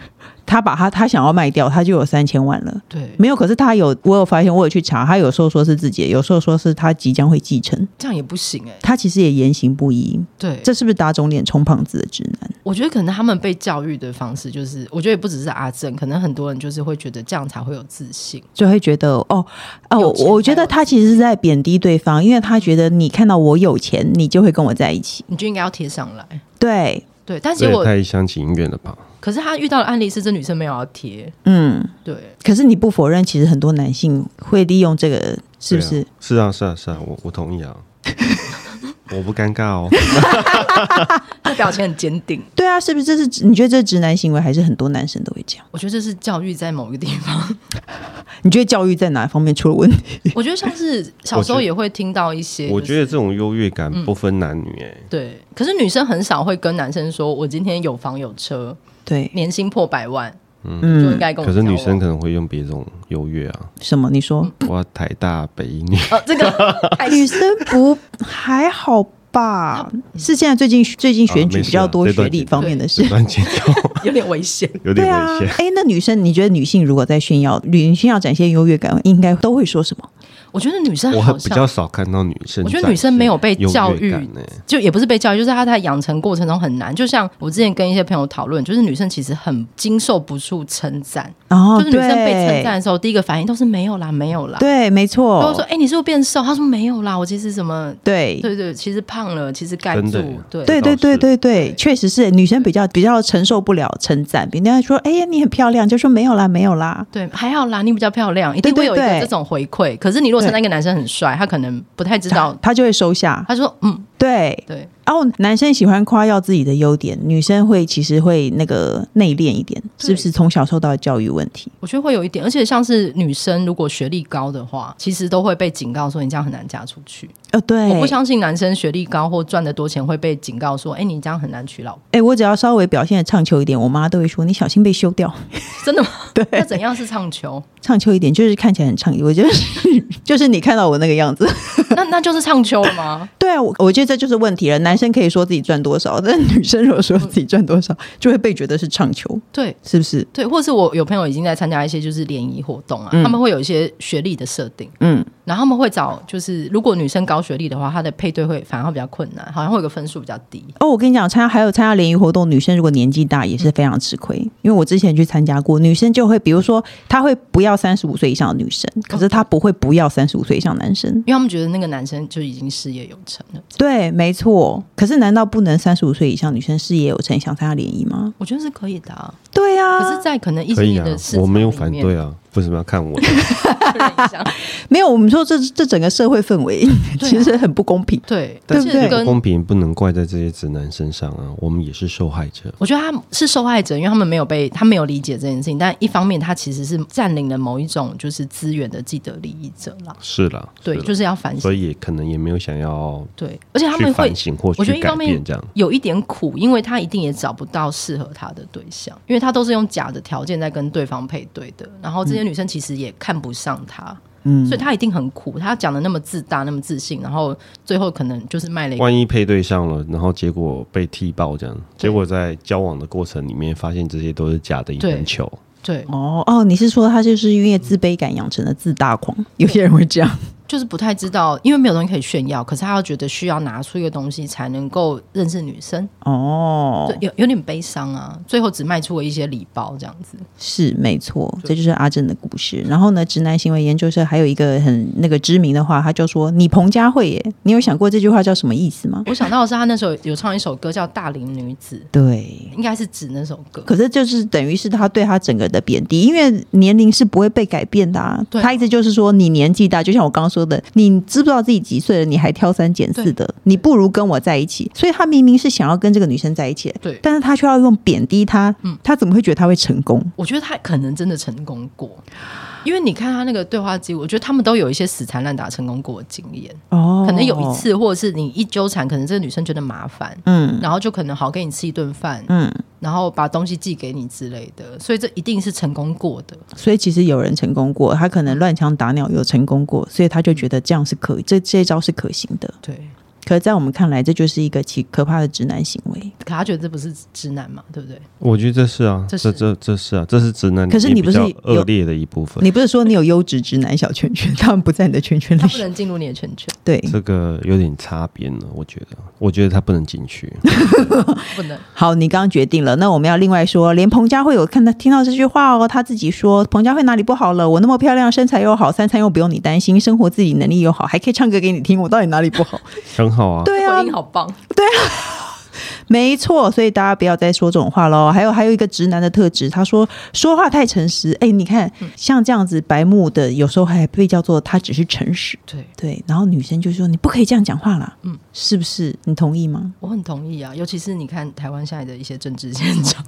Speaker 1: 他把他他想要卖掉，他就有三千万了。
Speaker 2: 对，
Speaker 1: 没有，可是他有，我有发现，我有去查，他有时候说是自己的，有时候说是他即将会继承，
Speaker 2: 这样也不行哎、欸，
Speaker 1: 他其实也言行不一，
Speaker 2: 对，
Speaker 1: 这是不是打肿脸充胖子的直男？
Speaker 2: 我觉得可能他们被教育的方式，就是我觉得也不只是阿正，可能很多人就是会觉得这样才会有自信。
Speaker 1: 就会觉得哦哦，
Speaker 2: 有
Speaker 1: 我
Speaker 2: 钱
Speaker 1: 我
Speaker 2: 才
Speaker 1: 觉得
Speaker 2: 有
Speaker 1: 他其实是在贬低对方，因为他觉得你看到我有钱，你就会跟我在一起。
Speaker 2: 你就应该要贴上来。
Speaker 1: 对，
Speaker 2: 对，但
Speaker 3: 这
Speaker 2: 结
Speaker 3: 也
Speaker 2: 果
Speaker 3: 太一厢情愿了吧？
Speaker 2: 可是他遇到的案例是这女生没有要 贴，
Speaker 1: 嗯。
Speaker 2: 对，
Speaker 1: 可是你不否认，其实很多男性会利用这个，是不
Speaker 3: 对
Speaker 1: 是？
Speaker 3: 啊？是啊，是啊，是啊，我我同 意啊，我不尴尬哦。
Speaker 2: 她表情很坚定。
Speaker 1: 对啊，是不是？这是你觉得这是直男行为，还是很多男生都会这样？
Speaker 2: 我觉得这是教育在某个地方，
Speaker 1: 你觉得教育在哪方面出了问题？
Speaker 2: 我觉得像是小时候也会听到一些、
Speaker 3: 我觉
Speaker 2: 得
Speaker 3: 得这种优越感不分男女、欸，
Speaker 2: 对，可是女生很少会跟男生说我今天有房有车，
Speaker 1: 对，嗯
Speaker 2: 年薪破百万，就应该嗯跟我
Speaker 3: 嗯
Speaker 2: 哦
Speaker 3: 可是
Speaker 2: 交
Speaker 3: 女
Speaker 2: 往
Speaker 3: 生可能会用别种优越 啊，
Speaker 1: 什么？你说
Speaker 2: 嗯
Speaker 3: 我要台大北一女，
Speaker 2: 呃，这个 太
Speaker 1: 女生不还好 吧？
Speaker 2: 嗯
Speaker 1: 是现在最近最近选举
Speaker 3: 没事啊
Speaker 1: 比较多
Speaker 3: 这段
Speaker 1: 学历
Speaker 3: 剪
Speaker 1: 方面的事
Speaker 3: 这。段剪掉
Speaker 2: 有点危险。
Speaker 3: 有
Speaker 1: 对
Speaker 3: 点
Speaker 1: 啊
Speaker 3: 危险。，
Speaker 1: 哎，那女生你觉得女性如果在炫耀，女性要展现优越感，应该都会说什么？
Speaker 2: 我觉得女生
Speaker 3: 我
Speaker 2: 好
Speaker 3: 还比较
Speaker 2: 像。
Speaker 3: 少看到女生展现
Speaker 2: 我
Speaker 3: 优越感呢，欸
Speaker 2: 觉得女生没有被教育就也不是被教育，就是她在养成过程中很难。就像我之前跟一些朋友讨论，就是女生其实很经受不住称赞，
Speaker 1: 哦，
Speaker 2: 就是女生被称赞
Speaker 1: 对
Speaker 2: 的时候，第一个反应都是没有啦，没有啦。
Speaker 1: 对，没错，
Speaker 2: 都会说：“哎、你是不是变瘦？”她说：“没有啦，我其实什么……
Speaker 1: 对
Speaker 2: 对对，其实胖了，其实盖
Speaker 3: 真的
Speaker 2: 住
Speaker 3: 耶，
Speaker 2: 对
Speaker 1: 对对
Speaker 3: 倒
Speaker 1: 对
Speaker 3: 是
Speaker 1: 对对，确实是女生比较比较承受不了称赞，别人家说哎呀你很漂亮，就说没有啦没有啦，
Speaker 2: 对，还好啦，你比较漂亮，一定
Speaker 1: 对
Speaker 2: 会
Speaker 1: 对
Speaker 2: 有一个
Speaker 1: 对
Speaker 2: 这种回馈。可是你如果称赞一个男生很帅，他可能不太知道，
Speaker 1: 她就会收下。
Speaker 2: 他说：“嗯，
Speaker 1: 对，
Speaker 2: 对，
Speaker 1: 然后男生喜欢夸耀自己的优点，女生会其实会那个内敛一点，
Speaker 2: 对
Speaker 1: 是不是从小受到的教育问题？
Speaker 2: 我觉得会有一点。而且像是女生如果学历高的话，其实都会被警告说你这样很难嫁出去。
Speaker 1: 哦，对，
Speaker 2: 我不相信男生学历高或赚得多钱会被警告说：‘哎、你这样很难娶老婆。
Speaker 1: 哎，我只要稍微表现的唱秋一点，我妈都会说你小心被休掉。’”
Speaker 2: 真的 吗？
Speaker 1: 对，
Speaker 2: 那怎样是唱球？
Speaker 1: 唱秋一点就是看起来很唱，我觉得是 就是你看到我那个样子。
Speaker 2: 那那就是唱秋了吗？
Speaker 1: 对啊，我我觉得这就是问题了。男生可以说自己赚多少，但女生如果说自己赚多少，就会被觉得是唱秋，
Speaker 2: 对。
Speaker 1: 是不是？
Speaker 2: 对，或是我有朋友已经在参加一些就是联谊活动啊，他们会有一些学历的设定，
Speaker 1: 嗯，
Speaker 2: 然后他们会找就是如果女生高学历的话，她的配对会反而会比较困难，好像会有个分数比较低。
Speaker 1: 哦，我跟你讲，参加还有参加联谊活动，女生如果年纪大也是非常吃亏，因为我之前去参加过，女生就会比如说她会不要三十五岁以上的女生，可是她不会不要三十五岁以上的男生。
Speaker 2: 因为他们觉得那个男生就已经事业有成了。
Speaker 1: 对，没错。可是难道不能三十五岁以上女生事业有成想参加联谊吗？
Speaker 2: 我觉得是可以的、啊，
Speaker 1: 对啊，
Speaker 2: 可是，在可能异性
Speaker 3: 可以
Speaker 2: 恋
Speaker 3: 啊
Speaker 2: 的市，场
Speaker 3: 我没有
Speaker 2: 里
Speaker 3: 反
Speaker 2: 面
Speaker 3: 对。啊，为什么要 看我？
Speaker 2: 确认一下
Speaker 1: 没有，我们说这这整个社会氛围、
Speaker 2: 对啊
Speaker 1: 其实很不公平。
Speaker 2: 对，
Speaker 1: 对
Speaker 2: 而
Speaker 1: 不
Speaker 2: 且
Speaker 1: 对
Speaker 2: 跟
Speaker 3: 公平不能怪在这些直男身上啊，我们也是受害者。
Speaker 2: 我觉得他是受害者，因为他们没有被他没有理解这件事情，但一方面他其实是占领了某一种就是资源的既得利益者啦。
Speaker 3: 是啦，
Speaker 2: 对，
Speaker 3: 是啦
Speaker 2: 就是要反
Speaker 3: 所
Speaker 2: 省。
Speaker 3: 以可能也没有想要
Speaker 2: 对，而且他
Speaker 3: 去
Speaker 2: 们会
Speaker 3: 反省或
Speaker 2: 我觉得
Speaker 3: 去
Speaker 2: 一
Speaker 3: 改
Speaker 2: 方面
Speaker 3: 变这样。
Speaker 2: 有一点苦，因为他一定也找不到适合他的对象，因为他都是用假的条件在跟对方配对的。然后这些女生其实也看不上他，嗯，所以他一定很苦。他讲的那么自大，那么自信，然后最后可能就是卖了一个。
Speaker 3: 万一配对上了，然后结果被踢爆这样，结果在交往的过程里面发现这些都是假的一
Speaker 2: 对
Speaker 3: 根球，
Speaker 2: 对，
Speaker 1: 哦哦，你是说他就是因为自卑感养成的自大狂？ 有些人会这样，
Speaker 2: 就是不太知道，因为没有东西可以炫耀，可是他又觉得需要拿出一个东西才能够认识女生，
Speaker 1: 哦
Speaker 2: 对，，有有点悲伤啊。最后只卖出了一些礼包这样子，
Speaker 1: 是没错，这就是阿正的故事。然后呢，直男行为研究社还有一个很那个知名的话，他就说：“你彭佳慧耶，你有想过这句话叫什么意思吗
Speaker 2: 我想到的是他那时候有唱一首歌叫《大龄女子》，？”
Speaker 1: 对。
Speaker 2: 应该是指那首歌。
Speaker 1: 可是就是等于是他对他整个的贬低，因为年龄是不会被改变的啊。
Speaker 2: 对
Speaker 1: 他一直就是说你年纪大，就像我刚刚说的，你知不知道自己几岁了？你还挑三拣四的，你不如跟我在一起。所以他明明是想要跟这个女生在一起，
Speaker 2: 对嗯
Speaker 1: 但是他却要用贬低她，他怎么会觉得他会成功？
Speaker 2: 我觉得他可能真的成功过，因为你看他那个对话记录，我觉得他们都有一些死缠烂打成功过的经验。
Speaker 1: 哦
Speaker 2: 可能有一，次，或者是你一纠缠，可能这个女生觉得麻烦，
Speaker 1: 嗯
Speaker 2: 然后就可能好给你吃一顿饭，
Speaker 1: 嗯，
Speaker 2: 然后把东西寄给你之类的，所以这一定是成功过的。
Speaker 1: 所以其实有人成功过，他可能乱枪打鸟有成功过，所以他就觉得这样是可以，这这一招是可行的。
Speaker 2: 对，
Speaker 1: 可是在我们看来，这就是一个奇可怕的直男行为。
Speaker 2: 可他觉得这不是直男嘛，对 不对？
Speaker 3: 我觉得这是啊，
Speaker 2: 这
Speaker 3: 这
Speaker 2: 是
Speaker 3: 这这是啊，这是直男里
Speaker 1: 可是你
Speaker 3: 面比
Speaker 1: 不
Speaker 3: 较
Speaker 1: 是有
Speaker 3: 恶劣的一部分。
Speaker 1: 你不是说你有优质直男小圈圈，他们不在你的圈圈里
Speaker 2: 他？不能进入你的圈圈，
Speaker 1: 对，
Speaker 3: 这个有点擦边了，我觉得，我觉得他不能进去。
Speaker 2: 不能。
Speaker 1: 好，你刚刚决定了，那我们要另外说，连彭佳慧有看到听到这句话哦，她自己说彭佳慧哪里不好了？我那么漂亮，身材又好，三餐又不用你担心，生活自理能力又好，还可以唱歌给你听，我到底哪里不好？
Speaker 3: 很好 啊，
Speaker 1: 对啊
Speaker 2: 回应，好棒，
Speaker 1: 没错，所以大家不要再说这种话喽。还有还有一个直男的特质，他说说话太诚实。哎，你看像这样子白目的，有时候还被叫做他只是诚实。
Speaker 2: 对
Speaker 1: 对，然后女生就说你不可以这样讲话啦，嗯，是不是？你同意吗？
Speaker 2: 我很同意啊。尤其是你看台湾现在的一些政治现 状，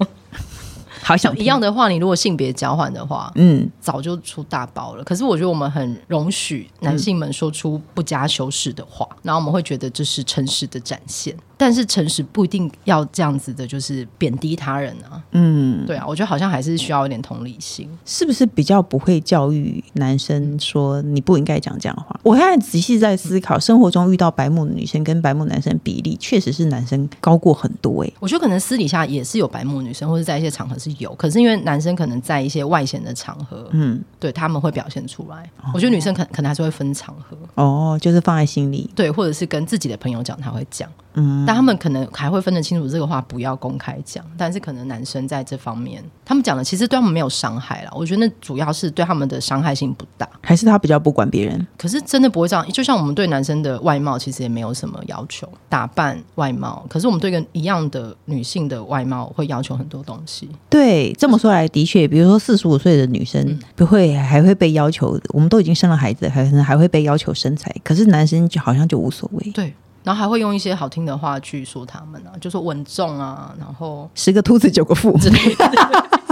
Speaker 1: 好想
Speaker 2: 一样的话，你如果性别交换的话，
Speaker 1: 嗯，
Speaker 2: 早就出大包了。可是我觉得我们很容
Speaker 1: 嗯
Speaker 2: 许男性们说出不加修饰的话，然后我们会觉得这是诚实的展现。但是诚实不一定要这样子的，就是贬低他人啊。
Speaker 1: 嗯，
Speaker 2: 对啊，我觉得好像还是需要一点同理心。
Speaker 1: 是不是比较不会教育男生说你不应该讲这样的话？我现在仔细在思考，生活中遇到白目的女生跟白目男生比例，确实是男生高过很多欸诶、
Speaker 2: 我觉得可能私底下也是有白目女生，或者在一些场合是有，可是因为男生可能在一些外显的场合，
Speaker 1: 嗯，
Speaker 2: 对他们会表现出来。我觉得女生可可能还是会分场合，
Speaker 1: 哦，就是放在心里，
Speaker 2: 对，或者是跟自己的朋友讲，他会讲，
Speaker 1: 嗯，
Speaker 2: 但他们可能还会分得清楚这个话不要公开讲，但是可能男生在这方面，他们讲的其实对他们没有伤害啦。我觉得那主要是对他们的伤害性不大，
Speaker 1: 还是他比较不管别人？
Speaker 2: 可是真的不会这样。就像我们对男生的外貌其实也没有什么要求，打扮、外貌，可是我们对一个一样的女性的外貌会要求很多东西。
Speaker 1: 对，这么说来的确，比如说四十五岁的女生，不会还会被要求，我们都已经生了孩子，还可能还会被要求身材，可是男生就好像就无所谓，
Speaker 2: 对，然后还会用一些好听的话去说他们啊，就说稳重啊，然后
Speaker 1: 十个秃子九个富，
Speaker 2: 之类的。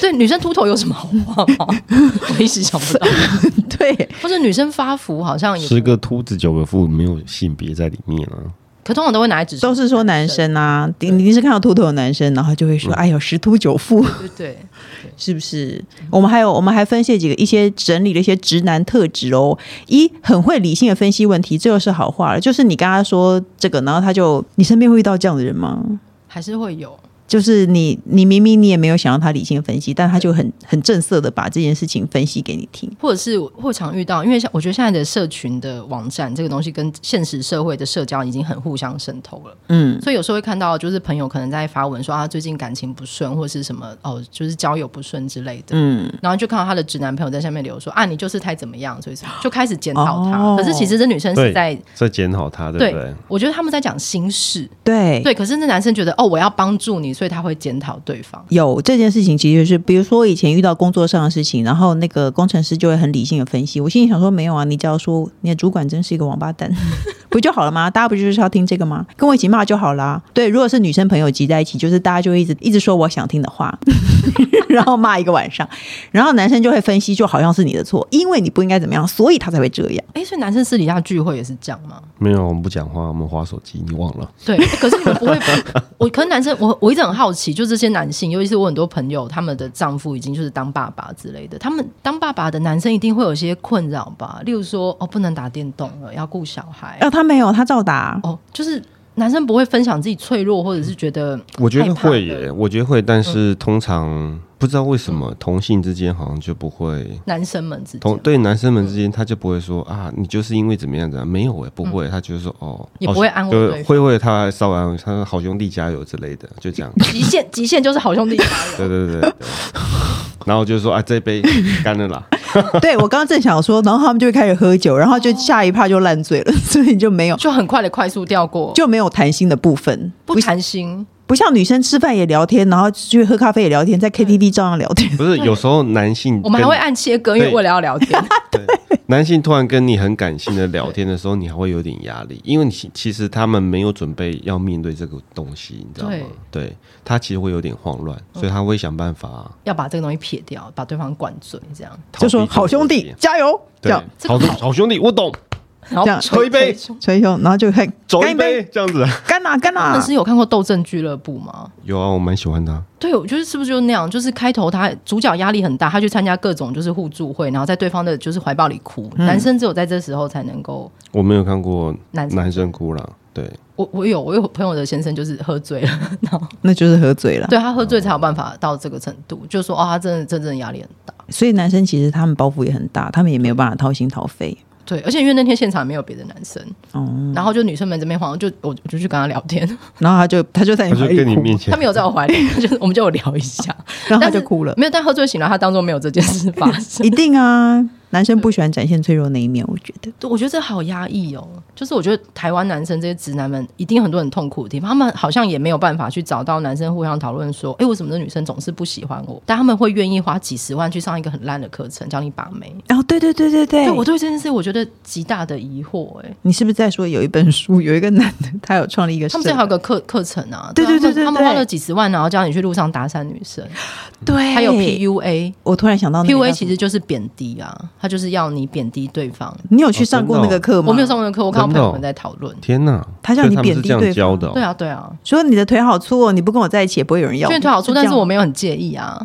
Speaker 2: 对，女生秃头有什么好话吗？我一时想不到。
Speaker 1: 对，
Speaker 2: 或者女生发福好像也
Speaker 3: 十，个秃子九个富，没有性别在里面啊。
Speaker 2: 可通常都会拿来指
Speaker 1: 都是说男生啊，你你一定是看到秃头的男生，然后就会说，哎呦，十秃九富，
Speaker 2: 对对
Speaker 1: 是不是？我们还有我们还分析了几个一些整理了一些直男特质哦。一很会理性的分析问题，这又是好话了。就是你跟他说这个，然后他就你身边会遇到这样的人吗？
Speaker 2: 还是会有。
Speaker 1: 就是你你明明你也没有想要他理性的分析，但他就很很正色的把这件事情分析给你听。
Speaker 2: 或者是会常遇到，因为像我觉得现在的社群的网站这个东西跟现实社会的社交已经很互相渗透了，
Speaker 1: 嗯，
Speaker 2: 所以有时候会看到就是朋友可能在发文说啊最近感情不顺或是什么哦就是交友不顺之类的，
Speaker 1: 嗯，
Speaker 2: 然后就看到他的直男朋友在下面留说啊你就是太怎么样，所以就开始检讨他。
Speaker 1: 哦
Speaker 2: 可是其实这女生是
Speaker 3: 对
Speaker 2: 在，
Speaker 3: 在检讨他，对
Speaker 2: 对
Speaker 3: 不对？
Speaker 2: 我觉得他们在讲心事，
Speaker 1: 对。
Speaker 2: 对，可是那男生觉得哦我要帮助你，所以他会检讨对方。
Speaker 1: 有这件事情，其实是比如说以前遇到工作上的事情，然后那个工程师就会很理性的分析。我心里想说，没有啊，你只要说你的主管真是一个王八蛋， 不就好了吗？大家不就是要听这个吗？跟我一起骂就好啦。对，如果是女生朋友集在一起，就是大家就会一直一直说我想听的话， 然后骂一个晚上，然后男生就会分析，就好像是你的错，因为你不应该怎么样，所以他才会这样。
Speaker 2: 哎，所以男生私底下聚会也是这样吗？
Speaker 3: 没有，我们不讲话，我们划手机，你忘了？
Speaker 2: 对，欸可是你们不会， 我可是男生，我我一直很好奇，就这些男性，尤其是我很多朋友，他们的丈夫已经就是当爸爸之类的，他们当爸爸的男生一定会有一些困扰吧？例如说，哦，不能打电动了，要顾小孩，
Speaker 3: 呃
Speaker 1: 啊，他没有，他照打。
Speaker 2: 哦，就是男生不会分享自己脆弱，或者是觉得
Speaker 3: 我觉得
Speaker 2: 害怕
Speaker 3: 会
Speaker 2: 的嗯
Speaker 3: 耶，我觉得会，但是通常不知道为什么同性之间好像就不会。
Speaker 2: 男生们之
Speaker 3: 同
Speaker 2: 间。
Speaker 3: 对男生们之间，他就不会说啊，你就是因为怎么样怎么样，没有哎，不会，他就是说哦，
Speaker 2: 也
Speaker 3: 好
Speaker 2: 不会安慰
Speaker 3: 就是
Speaker 2: 对方
Speaker 3: 会会他稍微安慰，他说好兄弟加油之类的，就这样，
Speaker 2: 极限极限就是好兄弟 加油，
Speaker 3: 对对对对。然后就说啊，这杯干 了啦，
Speaker 1: 对我刚刚正想说，然后他们就会开始喝酒，然后就下一趴就烂醉了， 所以就没有。
Speaker 2: 就很快的快速掉过，
Speaker 1: 就没有谈心的部分，
Speaker 2: 不谈心。
Speaker 1: 不像女生吃饭也聊天，然后去喝咖啡也聊天，在 KTV 照样聊天。
Speaker 3: 不是有时候男性
Speaker 2: 我们还
Speaker 3: 跟
Speaker 2: 会哎按切割，因为
Speaker 3: 对
Speaker 2: 为了要聊天。
Speaker 3: 男性突然跟你很感性的聊天的时候，你还会有点压力，因为你其其实他们没有准备要面对这个东西，你知道吗？对他其实会有点慌乱，
Speaker 2: 嗯
Speaker 3: 所以他会想办法
Speaker 2: 要把这个东西撇掉，把对方灌醉，这样，
Speaker 3: 逃避
Speaker 1: 就说
Speaker 3: 这个
Speaker 1: 好兄
Speaker 3: 问题
Speaker 1: 弟，加油，这
Speaker 3: 对
Speaker 1: 样，
Speaker 2: 这
Speaker 3: 好
Speaker 2: 个
Speaker 3: 兄好兄弟，我懂，
Speaker 2: 然后
Speaker 1: 这样
Speaker 2: 捶
Speaker 3: 喝一杯
Speaker 2: 捶胸
Speaker 1: 捶胸，然后就看
Speaker 3: 走
Speaker 1: 干
Speaker 3: 一杯，这样子。
Speaker 1: 干啦干啊
Speaker 2: 他
Speaker 1: 啦
Speaker 2: 们，是有看过《斗阵俱乐部》吗？
Speaker 3: 有啊，我蛮喜欢他，
Speaker 2: 对，我觉得是不是就是那样？就是开头他主角压力很大，他去参加各种就是互助会，然后在对方的就是怀抱里哭。男生只有在这时候才能够。
Speaker 3: 我没有看过
Speaker 2: 男生
Speaker 3: 男生哭了，对，
Speaker 2: 我我有我有朋友的先生就是喝醉了， 然后
Speaker 1: 那就是喝醉了。
Speaker 2: 对他喝醉才有办法到这个程度，就说哦，他真的真正压力很大。
Speaker 1: 所以男生其实他们包袱也很大，他们也没有办法掏心掏肺。
Speaker 2: 对，而且因为那天现场没有别的男生，
Speaker 1: 哦、
Speaker 2: 然后就女生们这边晃，就我我就去跟他聊天，
Speaker 1: 然后他就他就在
Speaker 3: 他
Speaker 1: 你
Speaker 3: 就
Speaker 1: 怀
Speaker 3: 跟
Speaker 1: 里
Speaker 3: 你
Speaker 1: 哭，
Speaker 3: 面前
Speaker 2: 他没有在我怀里， 就是我们就有聊一下，
Speaker 1: 然后他
Speaker 2: 但是
Speaker 1: 就哭了。
Speaker 2: 没有，但喝醉醒了，他当做没有这件事发生。
Speaker 1: 一定啊，男生不喜欢展现脆弱的那一面，我觉得。
Speaker 2: 对，我觉得这好压抑哦。就是我觉得台湾男生这些直男们一定很多很痛苦的地方，他们好像也没有办法去找到男生互相讨论说，哎，为什么这女生总是不喜欢我？但他们会愿意花几十万去上一个很烂的课程，教你把妹。
Speaker 1: 哦，对对对对对，
Speaker 2: 对我对这件事，我觉得极大的疑惑、哎，
Speaker 1: 你是不是在说有一本书，有一个男的，他有创立一个社
Speaker 2: 他们
Speaker 1: 团，
Speaker 2: 最好有个课课程啊，
Speaker 1: 对
Speaker 2: 啊
Speaker 1: 对对
Speaker 2: 他们
Speaker 1: 对
Speaker 2: 他们花
Speaker 1: 对
Speaker 2: 了几十万，然后教你去路上搭讪女生，
Speaker 1: 对，
Speaker 2: 还有 PUA。
Speaker 1: 我突然想到那个叫
Speaker 2: PUA
Speaker 1: 什么
Speaker 2: 其实就是贬低啊，他就是要你贬低对方。
Speaker 1: 你有去上过那个课吗？
Speaker 2: 我没有上过那个课，我看到
Speaker 3: 真
Speaker 2: 朋
Speaker 3: 的哦
Speaker 2: 友们在讨论。
Speaker 3: 天哪，
Speaker 1: 他叫你
Speaker 3: 所以们是
Speaker 1: 贬低
Speaker 3: 这样
Speaker 1: 对方
Speaker 3: 教的哦、
Speaker 2: 对啊，对啊，
Speaker 1: 说你的腿好粗哦，你不跟我在一起也不会有人要
Speaker 2: 虽
Speaker 1: 你。
Speaker 2: 然腿好粗，
Speaker 1: 这样
Speaker 2: 但是我没有很介意啊。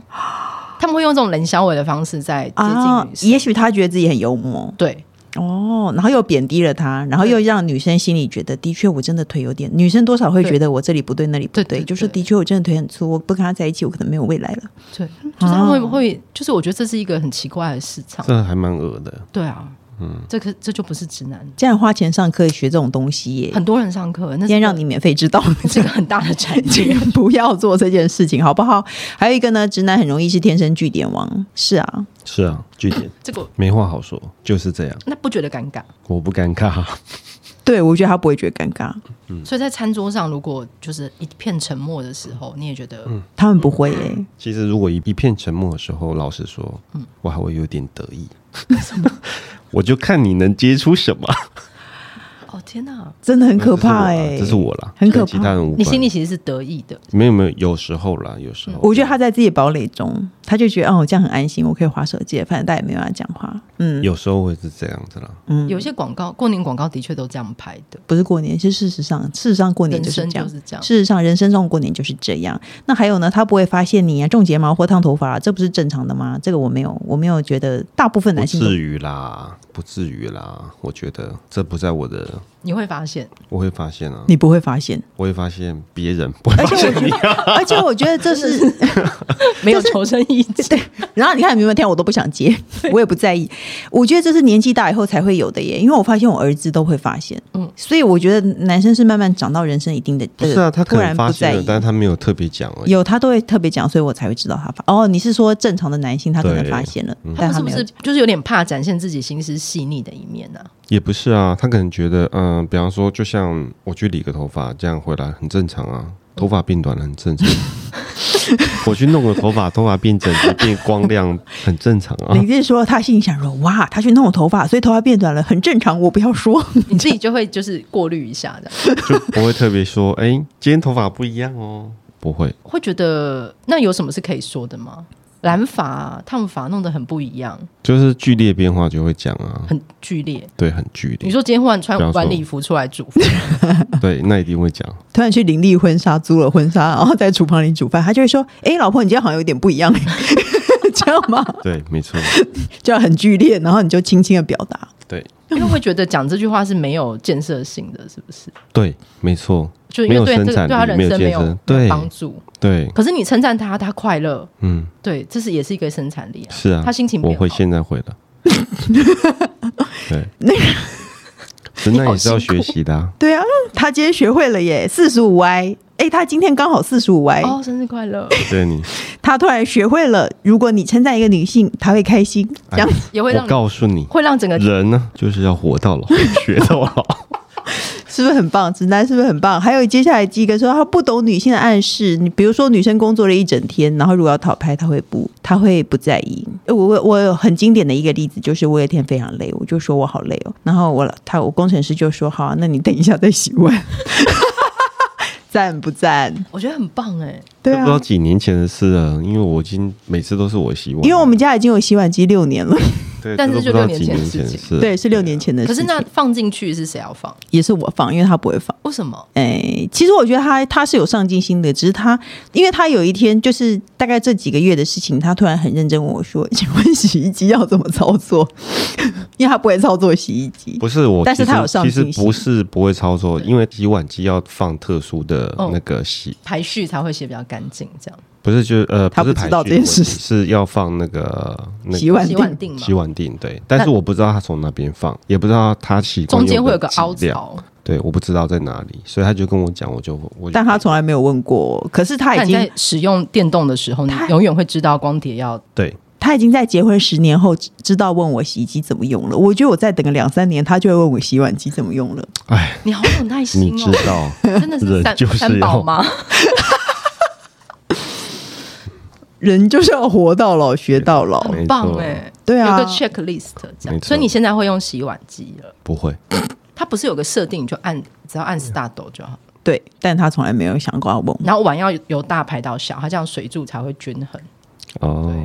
Speaker 2: 他们会用这种冷小伟的方式在接近
Speaker 1: 啊
Speaker 2: 女，生，
Speaker 1: 也许他觉得自己很幽默
Speaker 2: 对
Speaker 1: 哦，然后又贬低了他，然后又让女生心里觉得，的确我真的腿有点，女生多少会觉得我这里不对那里不
Speaker 2: 对
Speaker 1: 对，
Speaker 2: 对
Speaker 1: 就说
Speaker 2: 对
Speaker 1: 的确我真的腿很粗，我不跟他在一起，我可能没有未来了。
Speaker 2: 对，就是他们会
Speaker 1: 啊
Speaker 2: 会，就是我觉得这是一个很奇怪的市场。
Speaker 3: 这还蛮恶的。
Speaker 2: 对啊，嗯，这个这就不是直男，
Speaker 1: 这样花钱上课学这种东西耶，
Speaker 2: 很多人上课，那
Speaker 1: 今天
Speaker 2: 是
Speaker 1: 让 你免费知道，
Speaker 2: 这个很大的产
Speaker 1: 请
Speaker 2: 业。
Speaker 1: 不要做这件事情，好不好？还有一个呢，直男很容易是天生据点王，是啊，
Speaker 3: 是啊，据点
Speaker 2: 这个
Speaker 3: 没话好说，就是这样，
Speaker 2: 那不觉得尴尬？
Speaker 3: 我不尴 尬。
Speaker 1: 对我觉得他不会觉得尴尬，
Speaker 2: 所以在餐桌上，如果就是一片沉默的时候，你也觉得
Speaker 1: 他们不会耶。
Speaker 3: 其实如果一一片沉默的时候，老实说，
Speaker 1: 嗯
Speaker 3: 我还会有点得意。 我就看你能接出什么，
Speaker 2: 哦天哪，
Speaker 1: 真的很可怕哎、
Speaker 3: 这是我啦，
Speaker 1: 很可怕
Speaker 3: 跟其他人无关。
Speaker 2: 你心里其实是得意的，
Speaker 3: 没有没有，有时候啦，有时候。
Speaker 1: 我觉得他在自己的堡垒中，他就觉得哦，我这样很安心，我可以划手机，反正大家也没有要讲话。嗯，
Speaker 3: 有时候会是这样子啦。
Speaker 2: 有一些广告过年广告的确都这样拍的，
Speaker 1: 不是过年，是事实上，事实上过年
Speaker 2: 人
Speaker 1: 就是
Speaker 2: 生
Speaker 1: 这
Speaker 2: 就
Speaker 1: 样。
Speaker 2: 是这样。
Speaker 1: 事实上，人生中过年就是这样。那还有呢，他不会发现你啊，种睫毛或烫头发、这不是正常的吗？这个我没有，我没有觉得大部分
Speaker 3: 不
Speaker 1: 男性都
Speaker 3: 至于啦，不至于啦。我觉得这不在我的，
Speaker 2: 你会发现，
Speaker 3: 我会发现啊，
Speaker 1: 你不会发现。
Speaker 3: 我会发现别人不会发现你。
Speaker 1: 而且我觉得这是，
Speaker 2: 没有求生意志，
Speaker 1: 然后你看你有没有听，我都不想接，我也不在意。我觉得这是年纪大以后才会有的耶，因为我发现我儿子都会发现，嗯
Speaker 2: 嗯，
Speaker 1: 所以我觉得男生是慢慢长到人生一定的，
Speaker 3: 不是啊，他
Speaker 1: 突
Speaker 3: 可
Speaker 1: 然不
Speaker 3: 能发
Speaker 1: 在
Speaker 3: 现
Speaker 1: 意
Speaker 3: 了，。但是他没有特别讲而已。
Speaker 1: 有他都会特别讲，所以我才会知道他发。哦，你是说正常的男性他可能发现了，
Speaker 2: 他
Speaker 1: 但
Speaker 2: 们
Speaker 1: 他
Speaker 2: 是不
Speaker 1: 没有
Speaker 2: 是
Speaker 1: 讲。
Speaker 2: 就是有点怕展现自己心思细腻的一面 呢、
Speaker 3: 也不是啊，他可能觉得，嗯、比方说，就像我去理个头发，这样回来很正常
Speaker 2: 嗯
Speaker 3: 啊，头发变短了很正常。 我去弄个头发，头发变整齐、变光亮，很正常 啊
Speaker 1: 你。是说他心里想说哇，他去弄我头发，所以头发变短了，很正常，我不要说。
Speaker 2: 你自己就会就是过滤一下的，
Speaker 3: 就不会特别说，哎、今天头发不一样哦，不会。
Speaker 2: 会觉得那有什么是可以说的吗？染发、烫发弄得很不一样，
Speaker 3: 就是剧烈变化就会讲啊，
Speaker 2: 很剧烈。
Speaker 3: 对，很剧
Speaker 2: 你
Speaker 3: 烈，
Speaker 2: 说嗯今天忽然穿
Speaker 3: 不要说
Speaker 2: 晚礼服出来煮 饭，
Speaker 3: 对，那一定会讲。
Speaker 1: 突然去林立婚纱租了婚纱，然后在厨房里煮饭，他就会说：“哎、老婆，你今天好像有点不一样、 这样吗？
Speaker 3: 对，没错，
Speaker 1: 就很剧烈，然后你就轻轻的表达。
Speaker 3: 对，
Speaker 2: 因为会觉得讲这句话是没有建设性的，是不是？
Speaker 3: 对，没错，
Speaker 2: 就因为对
Speaker 3: 没有
Speaker 2: 这
Speaker 3: 生
Speaker 2: 个
Speaker 3: 产力
Speaker 2: 对他人生
Speaker 3: 没
Speaker 2: 没
Speaker 3: 有建设
Speaker 2: 有
Speaker 3: 对
Speaker 2: 帮助。
Speaker 3: 对，
Speaker 2: 可是你称赞他，他快乐，
Speaker 3: 嗯，
Speaker 2: 对，这是也是一个生产力啊。
Speaker 3: 是啊，
Speaker 2: 他心情
Speaker 3: 我
Speaker 2: 变好
Speaker 3: 会现在会 的。对，直男也是要学习的、啊，
Speaker 1: 对啊，他今天学会了耶，四十五 Y。哎，他今天刚好四十五 Y，、
Speaker 2: 哦，生日快 乐，
Speaker 3: 对你。
Speaker 1: 他突然学会了，如果你称赞一个女性，她会开心。这样、
Speaker 2: 也会让
Speaker 3: 我告诉你，
Speaker 2: 会让整个
Speaker 3: 人呢就是要活到老， 学到老。
Speaker 1: 是不是很棒？直男是不是很棒？还有接下来几个说他不懂女性的暗示，你比如说女生工作了一整天，然后如果要讨拍，他会不，他会不在意。我我我有很经典的一个例子，就是我有一天非常累，我就说我好累哦，然后我他我工程师就说好啊、那你等一下再洗碗， 赞不赞？
Speaker 2: 我觉得很棒哎、
Speaker 1: 对
Speaker 3: 这不知道
Speaker 1: 啊。
Speaker 3: 几年前的事了，因为我已经每次都是我洗碗，
Speaker 1: 因为我们家已经有洗碗机六年了，
Speaker 3: 对，
Speaker 2: 但是就
Speaker 3: 这都不
Speaker 2: 六年
Speaker 3: 知道几
Speaker 2: 前
Speaker 3: 年
Speaker 2: 的事
Speaker 3: 前的
Speaker 2: 情
Speaker 3: 事，
Speaker 1: 对，是六年前的
Speaker 2: 可
Speaker 1: 事
Speaker 2: 是
Speaker 1: 情。
Speaker 2: 那放进去是谁要放？
Speaker 1: 也是我放，因为他不会放。
Speaker 2: 为什么？
Speaker 1: 哎，其实我觉得他他是有上进心的，只是他因为他有一天就是大概这几个月的事情，他突然很认真问我说：“请问洗衣机要怎么操作？” 因为他不会操作洗衣机
Speaker 3: 不。是我，
Speaker 1: 但是
Speaker 3: 其实
Speaker 1: 他有上
Speaker 3: 其实
Speaker 1: 进心
Speaker 3: 不是不会操作，因为洗碗机要放特殊的
Speaker 2: 哦
Speaker 3: 那个洗，
Speaker 2: 排序才会写比较干净，这样
Speaker 3: 不是就是呃，
Speaker 1: 他
Speaker 3: 不是
Speaker 1: 不知
Speaker 3: 排
Speaker 1: 道
Speaker 3: 序
Speaker 1: 这件
Speaker 3: 的问
Speaker 1: 事
Speaker 3: 题是要放那个那
Speaker 1: 洗碗
Speaker 2: 洗
Speaker 1: 定
Speaker 2: 碗定嘛
Speaker 3: 洗，碗定对，但是我不知道他从哪边放，也不知道他洗
Speaker 2: 中间会有个凹
Speaker 3: 料。
Speaker 2: 槽，
Speaker 3: 对，我不知道在哪里，所以他就跟我讲，我就我就
Speaker 1: 但他从来没有问过我，可是他
Speaker 2: 那
Speaker 1: 已
Speaker 2: 你
Speaker 1: 经
Speaker 2: 在使用电动的时候，你
Speaker 1: 它
Speaker 2: 永远会知道光碟要
Speaker 3: 对
Speaker 1: 他已经在结婚十年后知知道问我洗衣机怎么用了。我觉得我再等个两三年，他就会问我洗碗机怎么用了。
Speaker 3: 哎
Speaker 2: 你好有耐心
Speaker 3: 你
Speaker 2: 哦，
Speaker 3: 知道，
Speaker 2: 真的是三
Speaker 3: 人就是
Speaker 2: 三宝
Speaker 3: 要
Speaker 2: 吗？
Speaker 1: 人就是要活到老学到老，
Speaker 3: 没
Speaker 2: 很棒
Speaker 3: 错
Speaker 2: 哎、
Speaker 1: 对啊
Speaker 2: 有个 checklist 这
Speaker 3: 没
Speaker 2: 样，
Speaker 3: 错
Speaker 2: 所以你现在会用洗碗机了。
Speaker 3: 不会，
Speaker 2: 它不是有个设定，你就按只要按 start 就好，
Speaker 1: 对，但他从来没有想过要问我。
Speaker 2: 然后碗要由大排到小，它这样水柱才会均衡。
Speaker 3: 哦，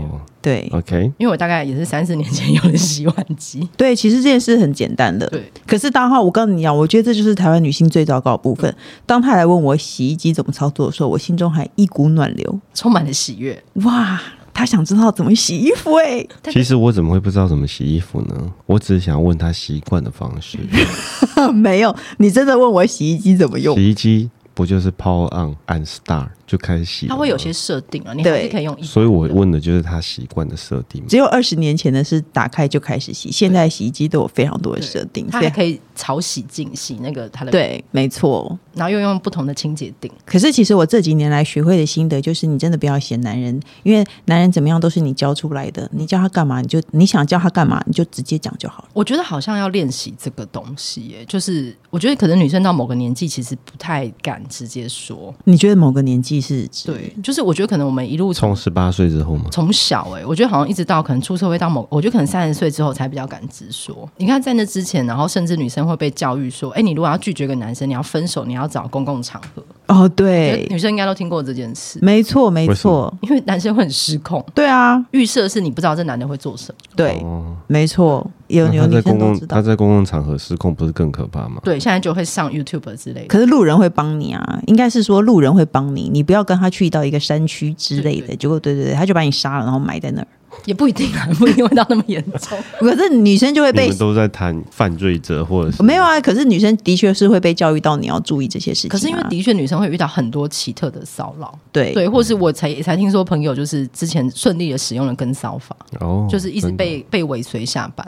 Speaker 1: 对
Speaker 3: OK，
Speaker 2: 因为我大概也是三四年前有了洗碗机，
Speaker 1: 对，其实这件事很简单的。
Speaker 2: 对，
Speaker 1: 可是大浩，我跟你讲，我觉得这就是台湾女性最糟糕的部分。当她来问我洗衣机怎么操作的时候，我心中还一股暖流。
Speaker 2: 充满了喜悦。
Speaker 1: 哇，她想知道怎么洗衣服哎、
Speaker 3: 其实我怎么会不知道怎么洗衣服呢？我只是想问他习惯的方 式。
Speaker 1: 没有，你真的问我洗衣机怎么用？
Speaker 3: 洗衣机不就是 Power On 按 Start 就开始洗了
Speaker 2: 它
Speaker 3: 吗？
Speaker 2: 会有些设定啊，你还
Speaker 1: 对
Speaker 2: 是可以用一。
Speaker 3: 所以我问的就是他习惯的设定嘛。
Speaker 1: 只有二十年前的是打开就开始洗，现在洗衣机都有非常多的设定，
Speaker 2: 它
Speaker 1: 所以
Speaker 2: 还可以潮洗净洗那个它的，
Speaker 1: 对，没错。
Speaker 2: 然后又用不同的清洁定，
Speaker 1: 可是其实我这几年来学会的心得就是，你真的不要嫌男人，因为男人怎么样都是你教出来的，你叫他干嘛你就你想叫他干嘛你就直接讲就好了。
Speaker 2: 我觉得好像要练习这个东西耶，就是我觉得可能女生到某个年纪其实不太敢直接说，
Speaker 1: 你觉得某个年纪是指
Speaker 2: 对，就是我觉得可能我们一路从
Speaker 3: 从十八岁之后嘛，
Speaker 2: 从小哎、我觉得好像一直到可能出社会到某，我觉得可能三十岁之后才比较敢直说。你看在那之前，然后甚至女生会被教育说，哎、你如果要拒绝一个男生，你要分手，你要找公共场合。
Speaker 1: 哦，
Speaker 2: 我觉得
Speaker 1: 对，
Speaker 2: 女生应该都听过这件事，
Speaker 1: 没错，没
Speaker 3: 为什
Speaker 1: 错
Speaker 3: 么，
Speaker 2: 因为男生会很失控，
Speaker 1: 对啊，
Speaker 2: 预设是你不知道这男的会做什么。
Speaker 1: 对，
Speaker 3: 哦，
Speaker 1: 没错，有
Speaker 3: 那
Speaker 1: 有
Speaker 3: 他在
Speaker 1: 女生
Speaker 3: 公
Speaker 1: 都
Speaker 3: 共
Speaker 1: 知
Speaker 3: 他
Speaker 1: 道，
Speaker 3: 在公共场合失控，不是更可怕吗？
Speaker 2: 对，现在就会上 YouTube 之类的。
Speaker 1: 可是路人会帮你啊，应该是说路人会帮你，你不要跟他去到一个山区之类
Speaker 2: 对
Speaker 1: 的，结果对对对，他就把你杀了，然后埋在那儿。
Speaker 2: 也不一定 啊，不一定会到那么严重。
Speaker 1: 可是女生就会
Speaker 3: 你
Speaker 1: 被
Speaker 3: 们都在谈犯罪者或者是
Speaker 1: 没有啊，可是女生的确是会被教育到你要注意这些事情啊、
Speaker 2: 可是因为的确女生会遇到很多奇特的骚扰，
Speaker 1: 对
Speaker 2: 对，或是我才才听说朋友就是之前顺利的使用了跟骚法，
Speaker 3: 哦，
Speaker 2: 就是一直
Speaker 3: 真的
Speaker 2: 被被尾随下班，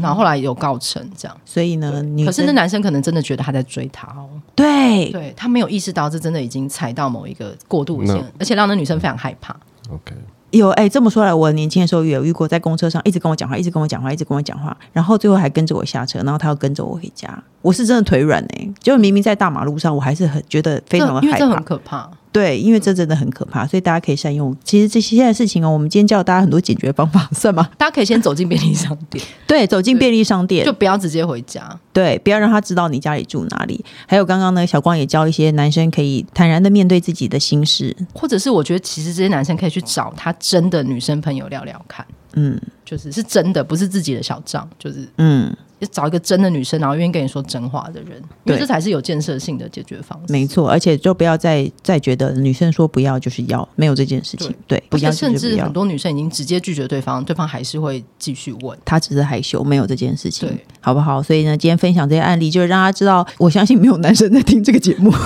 Speaker 2: 然后后来有告成这样。
Speaker 1: 嗯所以呢，女
Speaker 2: 可是
Speaker 1: 生
Speaker 2: 那男生可能真的觉得他在追她哦，
Speaker 1: 嗯对
Speaker 2: 对他没有意识到这真的已经踩到某一个过度
Speaker 3: 那
Speaker 2: 线，而且让那女生非常害怕。
Speaker 3: OK。
Speaker 1: 有哎、这么说来，我年轻的时候也有遇过，在公车上一直跟我讲话，一直跟我讲话，一直跟我讲话，然后最后还跟着我下车，然后他要跟着我回家，我是真的腿软哎、就明明在大马路上，我还是很觉得非
Speaker 2: 这
Speaker 1: 常的
Speaker 2: 因为
Speaker 1: 害
Speaker 2: 这
Speaker 1: 怕
Speaker 2: 很。可怕，
Speaker 1: 对，因为这真的很可怕，所以大家可以善用。其实这些现在事情哦，我们今天教大家很多解决方法， 算吗？
Speaker 2: 大家可以先走进便利商店，
Speaker 1: 对，走进便利商店，
Speaker 2: 就不要直接回家。
Speaker 1: 对，不要让他知道你家里住哪里。还有刚刚呢，小光也教一些男生可以坦然的面对自己的心事。
Speaker 2: 或者是我觉得其实这些男生可以去找他真的女生朋友聊聊看，
Speaker 1: 嗯
Speaker 2: 就是是真的，不是自己的小账，就是
Speaker 1: 嗯，
Speaker 2: 找一个真的女生，然后愿意跟你说真话的人，因为
Speaker 1: 对
Speaker 2: 这才是有建设性的解决方式。
Speaker 1: 没错，而且就不要再再觉得女生说不要就是要，没有这件事情。对，不
Speaker 2: 而且
Speaker 1: 要
Speaker 2: 甚
Speaker 1: 就是
Speaker 2: 至
Speaker 1: 不
Speaker 2: 很
Speaker 1: 要。
Speaker 2: 多女生已经直接拒绝对方，对方还是会继续问。
Speaker 1: 他只是害羞，没有这件事情
Speaker 2: 对，
Speaker 1: 好不好？所以呢，今天分享这些案例，就是让他知道，我相信没有男生在听这个节目。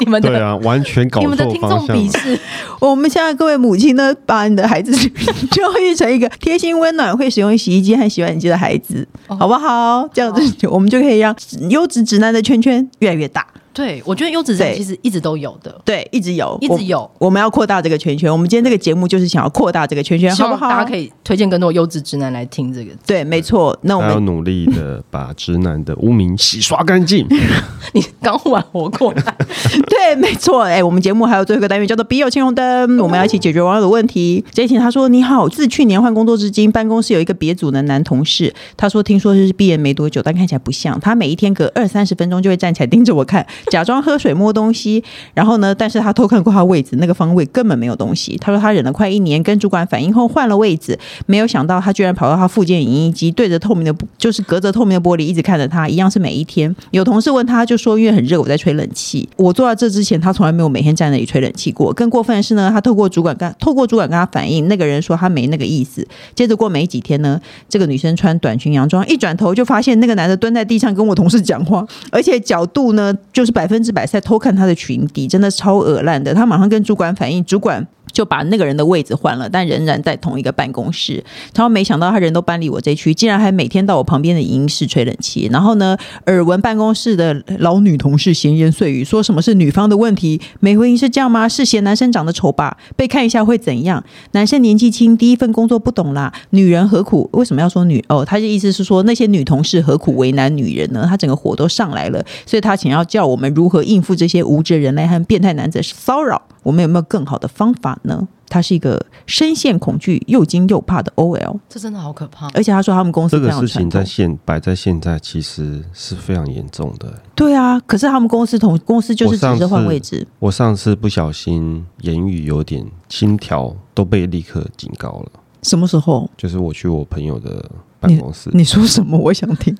Speaker 2: 你们
Speaker 3: 对
Speaker 2: 的、
Speaker 3: 啊，完全搞
Speaker 2: 你们的
Speaker 3: 错
Speaker 2: 听
Speaker 3: 方
Speaker 2: 众
Speaker 3: 向
Speaker 2: 鄙
Speaker 3: 了。
Speaker 2: 视，
Speaker 1: 我们现在各位母亲呢，把你的孩子 教育成一个贴心、温暖、会使用洗衣机和洗碗机的孩子，
Speaker 2: 哦
Speaker 1: 好不好？这样子，我们就可以让优质直男的圈圈越来越大。
Speaker 2: 对我觉得优质人
Speaker 1: 对
Speaker 2: 其实一直都有的，
Speaker 1: 对，一直有，
Speaker 2: 一
Speaker 1: 我
Speaker 2: 直。有。
Speaker 1: 我们要扩大这个圈圈。我们今天这个节目就是想要扩大这个圈圈，
Speaker 2: 希
Speaker 1: 好不
Speaker 2: 望
Speaker 1: 好？
Speaker 2: 大家可
Speaker 1: 以
Speaker 2: 以推荐更多优质直男来听这个。
Speaker 1: 对，哦没错。那我
Speaker 3: 他要
Speaker 1: 们
Speaker 3: 努力的把直男的污名洗刷 干净。
Speaker 2: 你刚忽然活过来，
Speaker 1: 对，没错。哎、我们节目还有最后一个单元叫做“笔友青红灯”，我们要一起解决网友的问题。这一天他说：“你好，自去年换工作至今，办公室有一个别组的男同事，他说听说是毕业没多久，但看起来不像。他每一天隔二三十分钟就会站起来盯着我看，假装喝水摸东西。然后呢，但是他偷看过他位置，那个方位根本没有东西。他说他忍了快一年，跟主管反映后换了位置，没有想到他居然跑到他附近的影印机，对着透明的，就是隔着透明的玻璃一直看着他，一样是每一天。有同事问他，他就说因为很热，我在吹冷气。我做到这之前，他从来没有每天站那里吹冷气过。更过分的是呢，他透过主管跟透过主管跟他反映，那个人说他没那个意思。接着过没几天呢，这个女生穿短裙洋装，一转头就发现那个男的蹲在地上跟我同事讲话，而且角度呢就是百分之百在偷看她的裙底，真的超恶烂的。她马上跟主管反映，主管。就把那个人的位置换了，但仍然在同一个办公室。然后没想到他人都搬离我这区，竟然还每天到我旁边的影音室吹冷气。然后呢，耳闻办公室的老女同事闲言碎语，说什么是女方的问题，美回音是这样吗？是嫌男生长得丑吧？被看一下会怎样？男生年纪轻，第一份工作不懂啦，女人何苦？为什么要说女？哦，他的意思是说那些女同事何苦为难女人呢？他整个火都上来了，所以他想要叫我们如何应付这些无知人类和变态男子的骚扰，我们有没有更好的方法呢？他是一个深陷恐惧、又惊又怕的 OL，
Speaker 2: 这真的好可怕。
Speaker 1: 而且他说他们公司
Speaker 3: 这
Speaker 1: 非
Speaker 3: 个
Speaker 1: 常
Speaker 3: 事情
Speaker 1: 传
Speaker 3: 在
Speaker 1: 统。
Speaker 3: 现摆在现在其实是非常严重的。
Speaker 1: 对啊，可是他们公司同公司就是
Speaker 3: 我上
Speaker 1: 只
Speaker 3: 次
Speaker 1: 是换位置，
Speaker 3: 我上次不小心言语有点轻佻，都被立刻警告了。
Speaker 1: 什么时候？
Speaker 3: 就是我去我朋友的办公室，
Speaker 1: 你说什么？我想 听。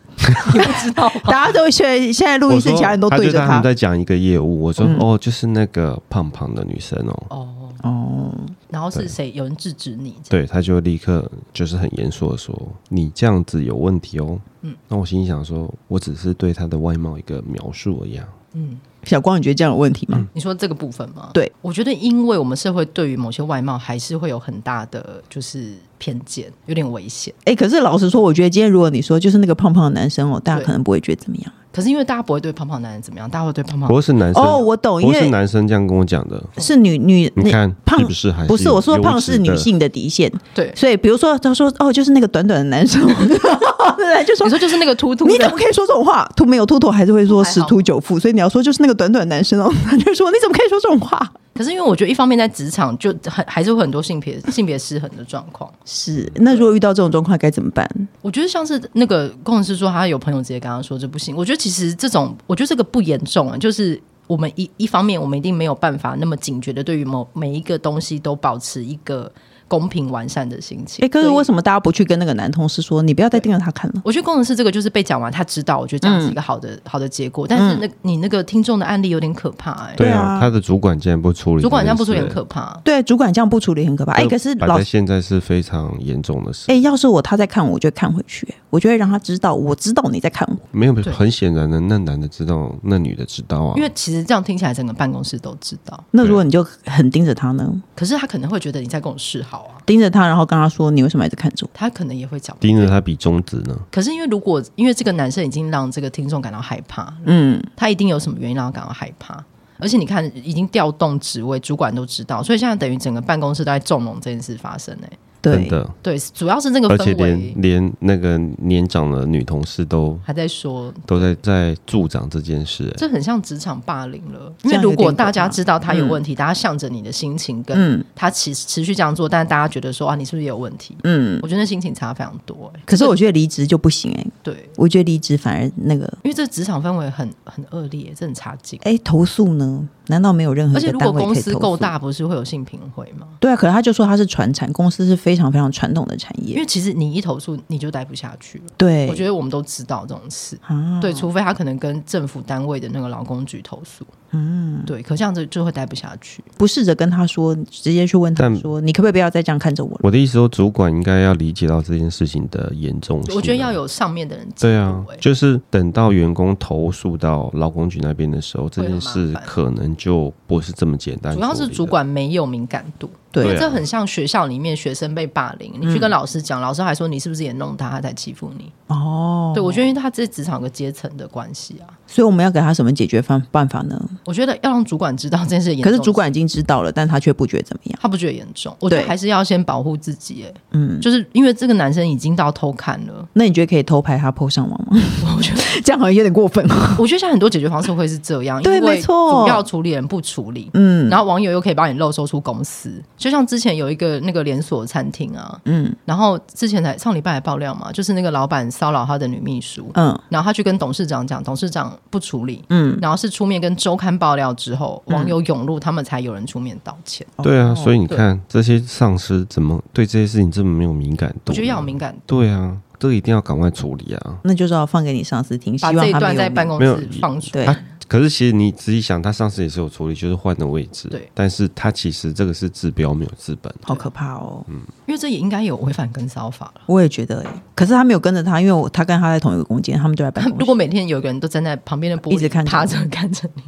Speaker 2: 你不知道吗？
Speaker 1: 大家都现现在录音室，其他人都
Speaker 3: 我
Speaker 1: 对
Speaker 3: 说哦
Speaker 1: 着
Speaker 3: 他就他
Speaker 1: 他
Speaker 3: 们。在讲一个业务，我说、
Speaker 1: 嗯
Speaker 3: 哦，就是那个胖胖的女生哦，
Speaker 2: 哦，
Speaker 1: 哦，
Speaker 2: 然后是谁？有人制止你？这样，
Speaker 3: 对，他就立刻就是很严肃的说：“你这样子有问题哦。”
Speaker 2: 嗯
Speaker 3: 嗯，那我心里想说，我只是对他的外貌一个描述而已、啊。
Speaker 1: 哦
Speaker 2: 嗯，
Speaker 1: 小光，你觉得这样有问题吗？
Speaker 2: 你说这个部分吗？
Speaker 1: 对，
Speaker 2: 我觉得因为我们社会对于某些外貌还是会有很大的就是偏见，有点危险。
Speaker 1: 哎、可是老实说，我觉得今天如果你说就是那个胖胖的男生哦，大家
Speaker 2: 对
Speaker 1: 可能不会觉得怎么样。
Speaker 2: 可是因为大家不会对胖胖男人怎么样，大家会对胖
Speaker 3: 不
Speaker 2: 胖
Speaker 3: 过是男生
Speaker 1: 哦，我懂，因
Speaker 3: 不过是
Speaker 1: 为
Speaker 3: 男生这样跟我讲的。
Speaker 1: 是女女，
Speaker 3: 你看
Speaker 1: 胖
Speaker 3: 是不是还
Speaker 1: 不是我说胖
Speaker 3: 优质
Speaker 1: 是女
Speaker 3: 的？
Speaker 1: 性的底线，
Speaker 2: 对。
Speaker 1: 所以比如说他说哦，就是那个短短的男生， 对，就说
Speaker 2: 你说就是那个秃秃
Speaker 1: 你怎么
Speaker 2: 的，
Speaker 1: 可以说这种话？秃没有秃头还是会说
Speaker 2: 还好
Speaker 1: 十秃九富，所以你要说就是那个短短的男生哦，他就说你怎么可以说这种话？
Speaker 2: 可是因为我觉得一方面在职场就很还是会很多性别性别失衡的状况。
Speaker 1: 是，那如果遇到这种状况该怎么办？
Speaker 2: 我觉得像是那个工程师说，他有朋友直接跟他说这不行。我觉得其实这种，我觉得这个不严重啊，就是我们一一方面我们一定没有办法那么警觉的对于某每一个东西都保持一个公平完善的心情。
Speaker 1: 哎、可是
Speaker 2: 所以
Speaker 1: 为什么大家不去跟那个男同事说，你不要再盯着他看了？
Speaker 2: 我觉得工程师这个就是被讲完，他知道，我觉得这样是一个好的、好的结果。但是那、你那个听众的案例有点可怕、哎，
Speaker 3: 嗯对
Speaker 1: 对
Speaker 3: 啊
Speaker 1: 啊，
Speaker 3: 他的主管竟然不处理，
Speaker 2: 主管这样不出也很
Speaker 3: 课。
Speaker 2: 可怕。
Speaker 1: 对，主管这样不处理很可怕。哎、可是
Speaker 3: 摆
Speaker 1: 老
Speaker 3: 在现在是非常严重的事，
Speaker 1: 哎、要是我他在看我，我就会看回去、我就会让他知道，我知道你在看我。
Speaker 3: 没有
Speaker 2: 对
Speaker 3: 很显然的，那男的知道，那女的知道啊
Speaker 2: 因。为其实这样听起来，整个办公室都知道，
Speaker 1: 那如果你就很盯着他呢？
Speaker 2: 可是他可能会觉得你在跟我示好啊，
Speaker 1: 盯着他，然后跟他说你为什么一直看着我？
Speaker 2: 他可能也会讲。
Speaker 3: 盯着他比中指呢，
Speaker 2: 可是因为如果因为这个男生已经让这个听众感到害怕，
Speaker 1: 嗯，
Speaker 2: 他一定有什么原因让他感到害怕。而且你看，已经调动职位，主管都知道，所以现在等于整个办公室都在纵容这件事发生、欸。
Speaker 3: 真
Speaker 1: 对，
Speaker 3: 的，
Speaker 2: 对，主要是那个
Speaker 3: 而且
Speaker 2: 氛
Speaker 3: 连
Speaker 2: 围
Speaker 3: 连那个年长的女同事都
Speaker 2: 还在说，
Speaker 3: 都在在助长这件事、哎
Speaker 2: 这很像职场霸凌了。
Speaker 1: 这
Speaker 2: 因
Speaker 1: 样
Speaker 2: 为
Speaker 1: 有
Speaker 2: 如果
Speaker 1: 点可怕
Speaker 2: 大家知道他有问题，大家向着你的心情跟
Speaker 1: 嗯
Speaker 2: 他持持续这样做，但大家觉得说啊，你是不是也有问题？
Speaker 1: 嗯。
Speaker 2: 我觉得那心情差非常多、欸。
Speaker 1: 可是我觉得离职就不行哎、
Speaker 2: 对，
Speaker 1: 我觉得离职反而那个，
Speaker 2: 因为这职场氛围很很恶劣，这很差劲。
Speaker 1: 哎、投诉呢？难道没有任何
Speaker 2: 而
Speaker 1: 一
Speaker 2: 且
Speaker 1: 个
Speaker 2: 如果
Speaker 1: 单位
Speaker 2: 公
Speaker 1: 可以
Speaker 2: 司
Speaker 1: 投
Speaker 2: 够
Speaker 1: 诉？
Speaker 2: 大，不是会有性评会吗？
Speaker 1: 对啊，可是他就说他是传产公司，是非常非常传统的产
Speaker 2: 因
Speaker 1: 业。
Speaker 2: 为其实你一投诉，你就待不下去了。
Speaker 1: 嗯对，
Speaker 2: 嗯我觉得我们都知道这种事，
Speaker 1: 啊，
Speaker 2: 对，除非他可能跟政府单位的那个劳工局投诉，嗯，对，可这样子就会待不下去。
Speaker 1: 不试着跟他说，直接去问他
Speaker 3: 但
Speaker 1: 说，你可不可以不要再这样看着我了？
Speaker 3: 我的意思说，主管应该要理解到这件事情的严重性啊、
Speaker 2: 我觉得要有上面的人
Speaker 3: 对
Speaker 2: 监
Speaker 3: 啊
Speaker 2: 督，欸
Speaker 3: 就是等到员工投诉到劳工局那边的时候，这件
Speaker 2: 会很
Speaker 3: 事
Speaker 2: 麻烦
Speaker 3: 可能就不是这么简单处
Speaker 2: 主
Speaker 3: 理的。
Speaker 2: 要是主管没有敏感度，
Speaker 1: 对嗯
Speaker 2: 因为
Speaker 3: 对啊
Speaker 2: 这很像学校里面学生被霸凌，你去跟老师讲，老师还说你是不是也弄他，他才欺负你。
Speaker 1: 哦，
Speaker 2: 对我觉得，因为他这职场有个阶层的关系啊，
Speaker 1: 所以我们要给他什么解决方办法呢？
Speaker 2: 我觉得要让主管知道这件事严重
Speaker 1: 可
Speaker 2: 性。
Speaker 1: 是主管已经知道了，但他却不觉得怎么样。
Speaker 2: 他不觉得严重，我觉得
Speaker 1: 对
Speaker 2: 还是要先保护自己、欸。
Speaker 1: 嗯，
Speaker 2: 就是因为这个男生已经到偷看了，
Speaker 1: 那你觉得可以偷拍他 PO 上网吗？
Speaker 2: 我觉得
Speaker 1: 这样好像有点过分。哦
Speaker 2: 我觉得现在很多解决方式会是这 样，
Speaker 1: 对
Speaker 2: 因为
Speaker 1: 没错
Speaker 2: 主要处理人不处理。
Speaker 1: 嗯，
Speaker 2: 然后网友又可以帮你漏搜出公司，就像之前有一个那个连锁餐厅啊，
Speaker 1: 嗯
Speaker 2: 然后之前才上礼拜还爆料嘛，就是那个老板骚扰他的女秘书，
Speaker 1: 嗯
Speaker 2: 然后他去跟董事长讲，董事长不处理，
Speaker 1: 嗯，
Speaker 2: 然后是出面跟周刊爆料之后，网友涌入，他们才有人出面道歉。
Speaker 3: 对啊，所以你
Speaker 2: 对
Speaker 3: 看这些上司怎么对这些事情这么没有敏感
Speaker 2: 我
Speaker 3: 度？
Speaker 2: 觉得要有敏感，
Speaker 3: 对啊，这个一定要赶快处理啊！
Speaker 1: 那就是要放给你上司听，希
Speaker 2: 把
Speaker 1: 望
Speaker 2: 这一
Speaker 1: 他没
Speaker 2: 段
Speaker 1: 有
Speaker 2: 在办公
Speaker 3: 没有
Speaker 2: 室放出。
Speaker 1: 对
Speaker 3: 他可是其实你仔细想，他上司也是有处理，就是换的位置。
Speaker 2: 对
Speaker 3: 但是他其实这个是治标没有治本。
Speaker 1: 好可怕哦！
Speaker 2: 因为这也应该有违反跟骚法了。
Speaker 1: 我也觉得、欸，可是他没有跟着他，因为我他跟他在同一个空间，他们都在办公室。
Speaker 2: 如果每天有一个人都站在旁边的玻璃
Speaker 1: 一直看着
Speaker 2: 趴着看着你，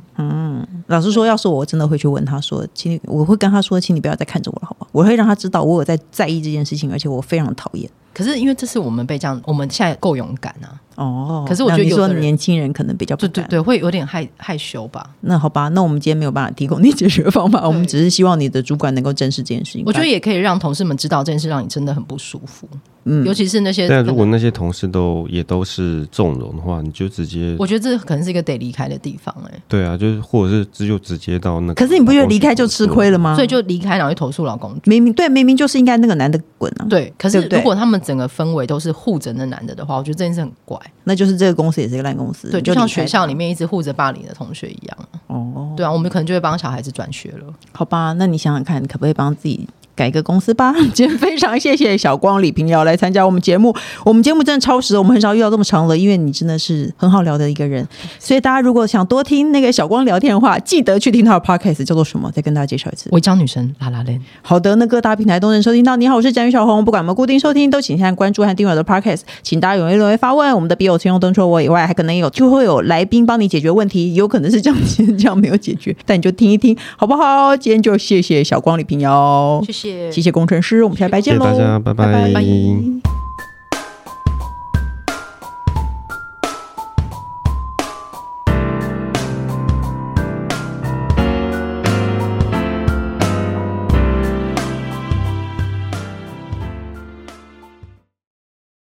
Speaker 1: 老实说，要是我真的会去问他说，请你，我会跟他说，请你不要再看着我了，好不好？我会让他知道我有在在意这件事情，而且我非常讨厌。
Speaker 2: 可是因为这是我们被这样，我们现在够勇敢啊，
Speaker 1: 哦，
Speaker 2: 可是我觉得
Speaker 1: 那你
Speaker 2: 有
Speaker 1: 说
Speaker 2: 的人
Speaker 1: 年轻人可能比较不
Speaker 2: 对对
Speaker 1: 敢
Speaker 2: 对，会有点害害羞吧。
Speaker 1: 那好吧，那我们今天没有办法提供你解决 方法，我们只是希望你的主管能够正视这件事情。
Speaker 2: 我觉得也可以让同事们知道这件事让你真的很不舒服，
Speaker 1: 嗯
Speaker 2: 尤其是那些
Speaker 3: 但啊如果那些同事都也都是纵容的话，你就直接
Speaker 2: 我觉得这可能是一个得离开的地方哎、
Speaker 3: 对啊，就是或者是直就直接到那个。
Speaker 1: 可是你不觉得离开就吃亏了？吗？
Speaker 2: 所以就离开然后去投诉老公。
Speaker 1: 明明对，明明就是应该那个男的滚啊，，
Speaker 2: 对，可
Speaker 1: 对
Speaker 2: 是
Speaker 1: 不对
Speaker 2: 如果他们整个氛围都是护着那男的的话，我觉得这件事很怪。
Speaker 1: 那就是这个公司也是一个烂公司，
Speaker 2: 对，
Speaker 1: 你就
Speaker 2: 就像
Speaker 1: 离开
Speaker 2: 学校
Speaker 1: 他
Speaker 2: 里面一直护着霸凌的同学一样。
Speaker 1: 哦，
Speaker 2: 对啊，我们可能就会帮小孩子转学了。
Speaker 1: 好吧，那你想想看，你可不可以帮自己改个公司吧。 今天非常谢谢小光李平遥来参加我们节目，我们节目真的超时了，我们很少遇到这么长了，因为你真的是很好聊的一个人。所以大家如果想多听那个小光聊天的话，记得去听他的 podcast 叫做什么，再跟大家介绍一次。
Speaker 2: 违章女神拉拉链。
Speaker 1: 好的，那各大平台都能收听到。你好，我是展宇小红。不管我们固定收听，都请先关注和订阅我的 Podcast。请大家踊跃留言发问。我们的笔友听众灯除了我以外，还可能有就会有来宾帮你解决问题，有可能是这样 这样没有解决，但你就听一听，好不好？今天就谢谢小光李平遥，
Speaker 2: 谢谢
Speaker 1: 谢谢工程师，我们下礼拜见
Speaker 3: 谢谢
Speaker 1: 喽，
Speaker 3: 大家拜拜
Speaker 1: 拜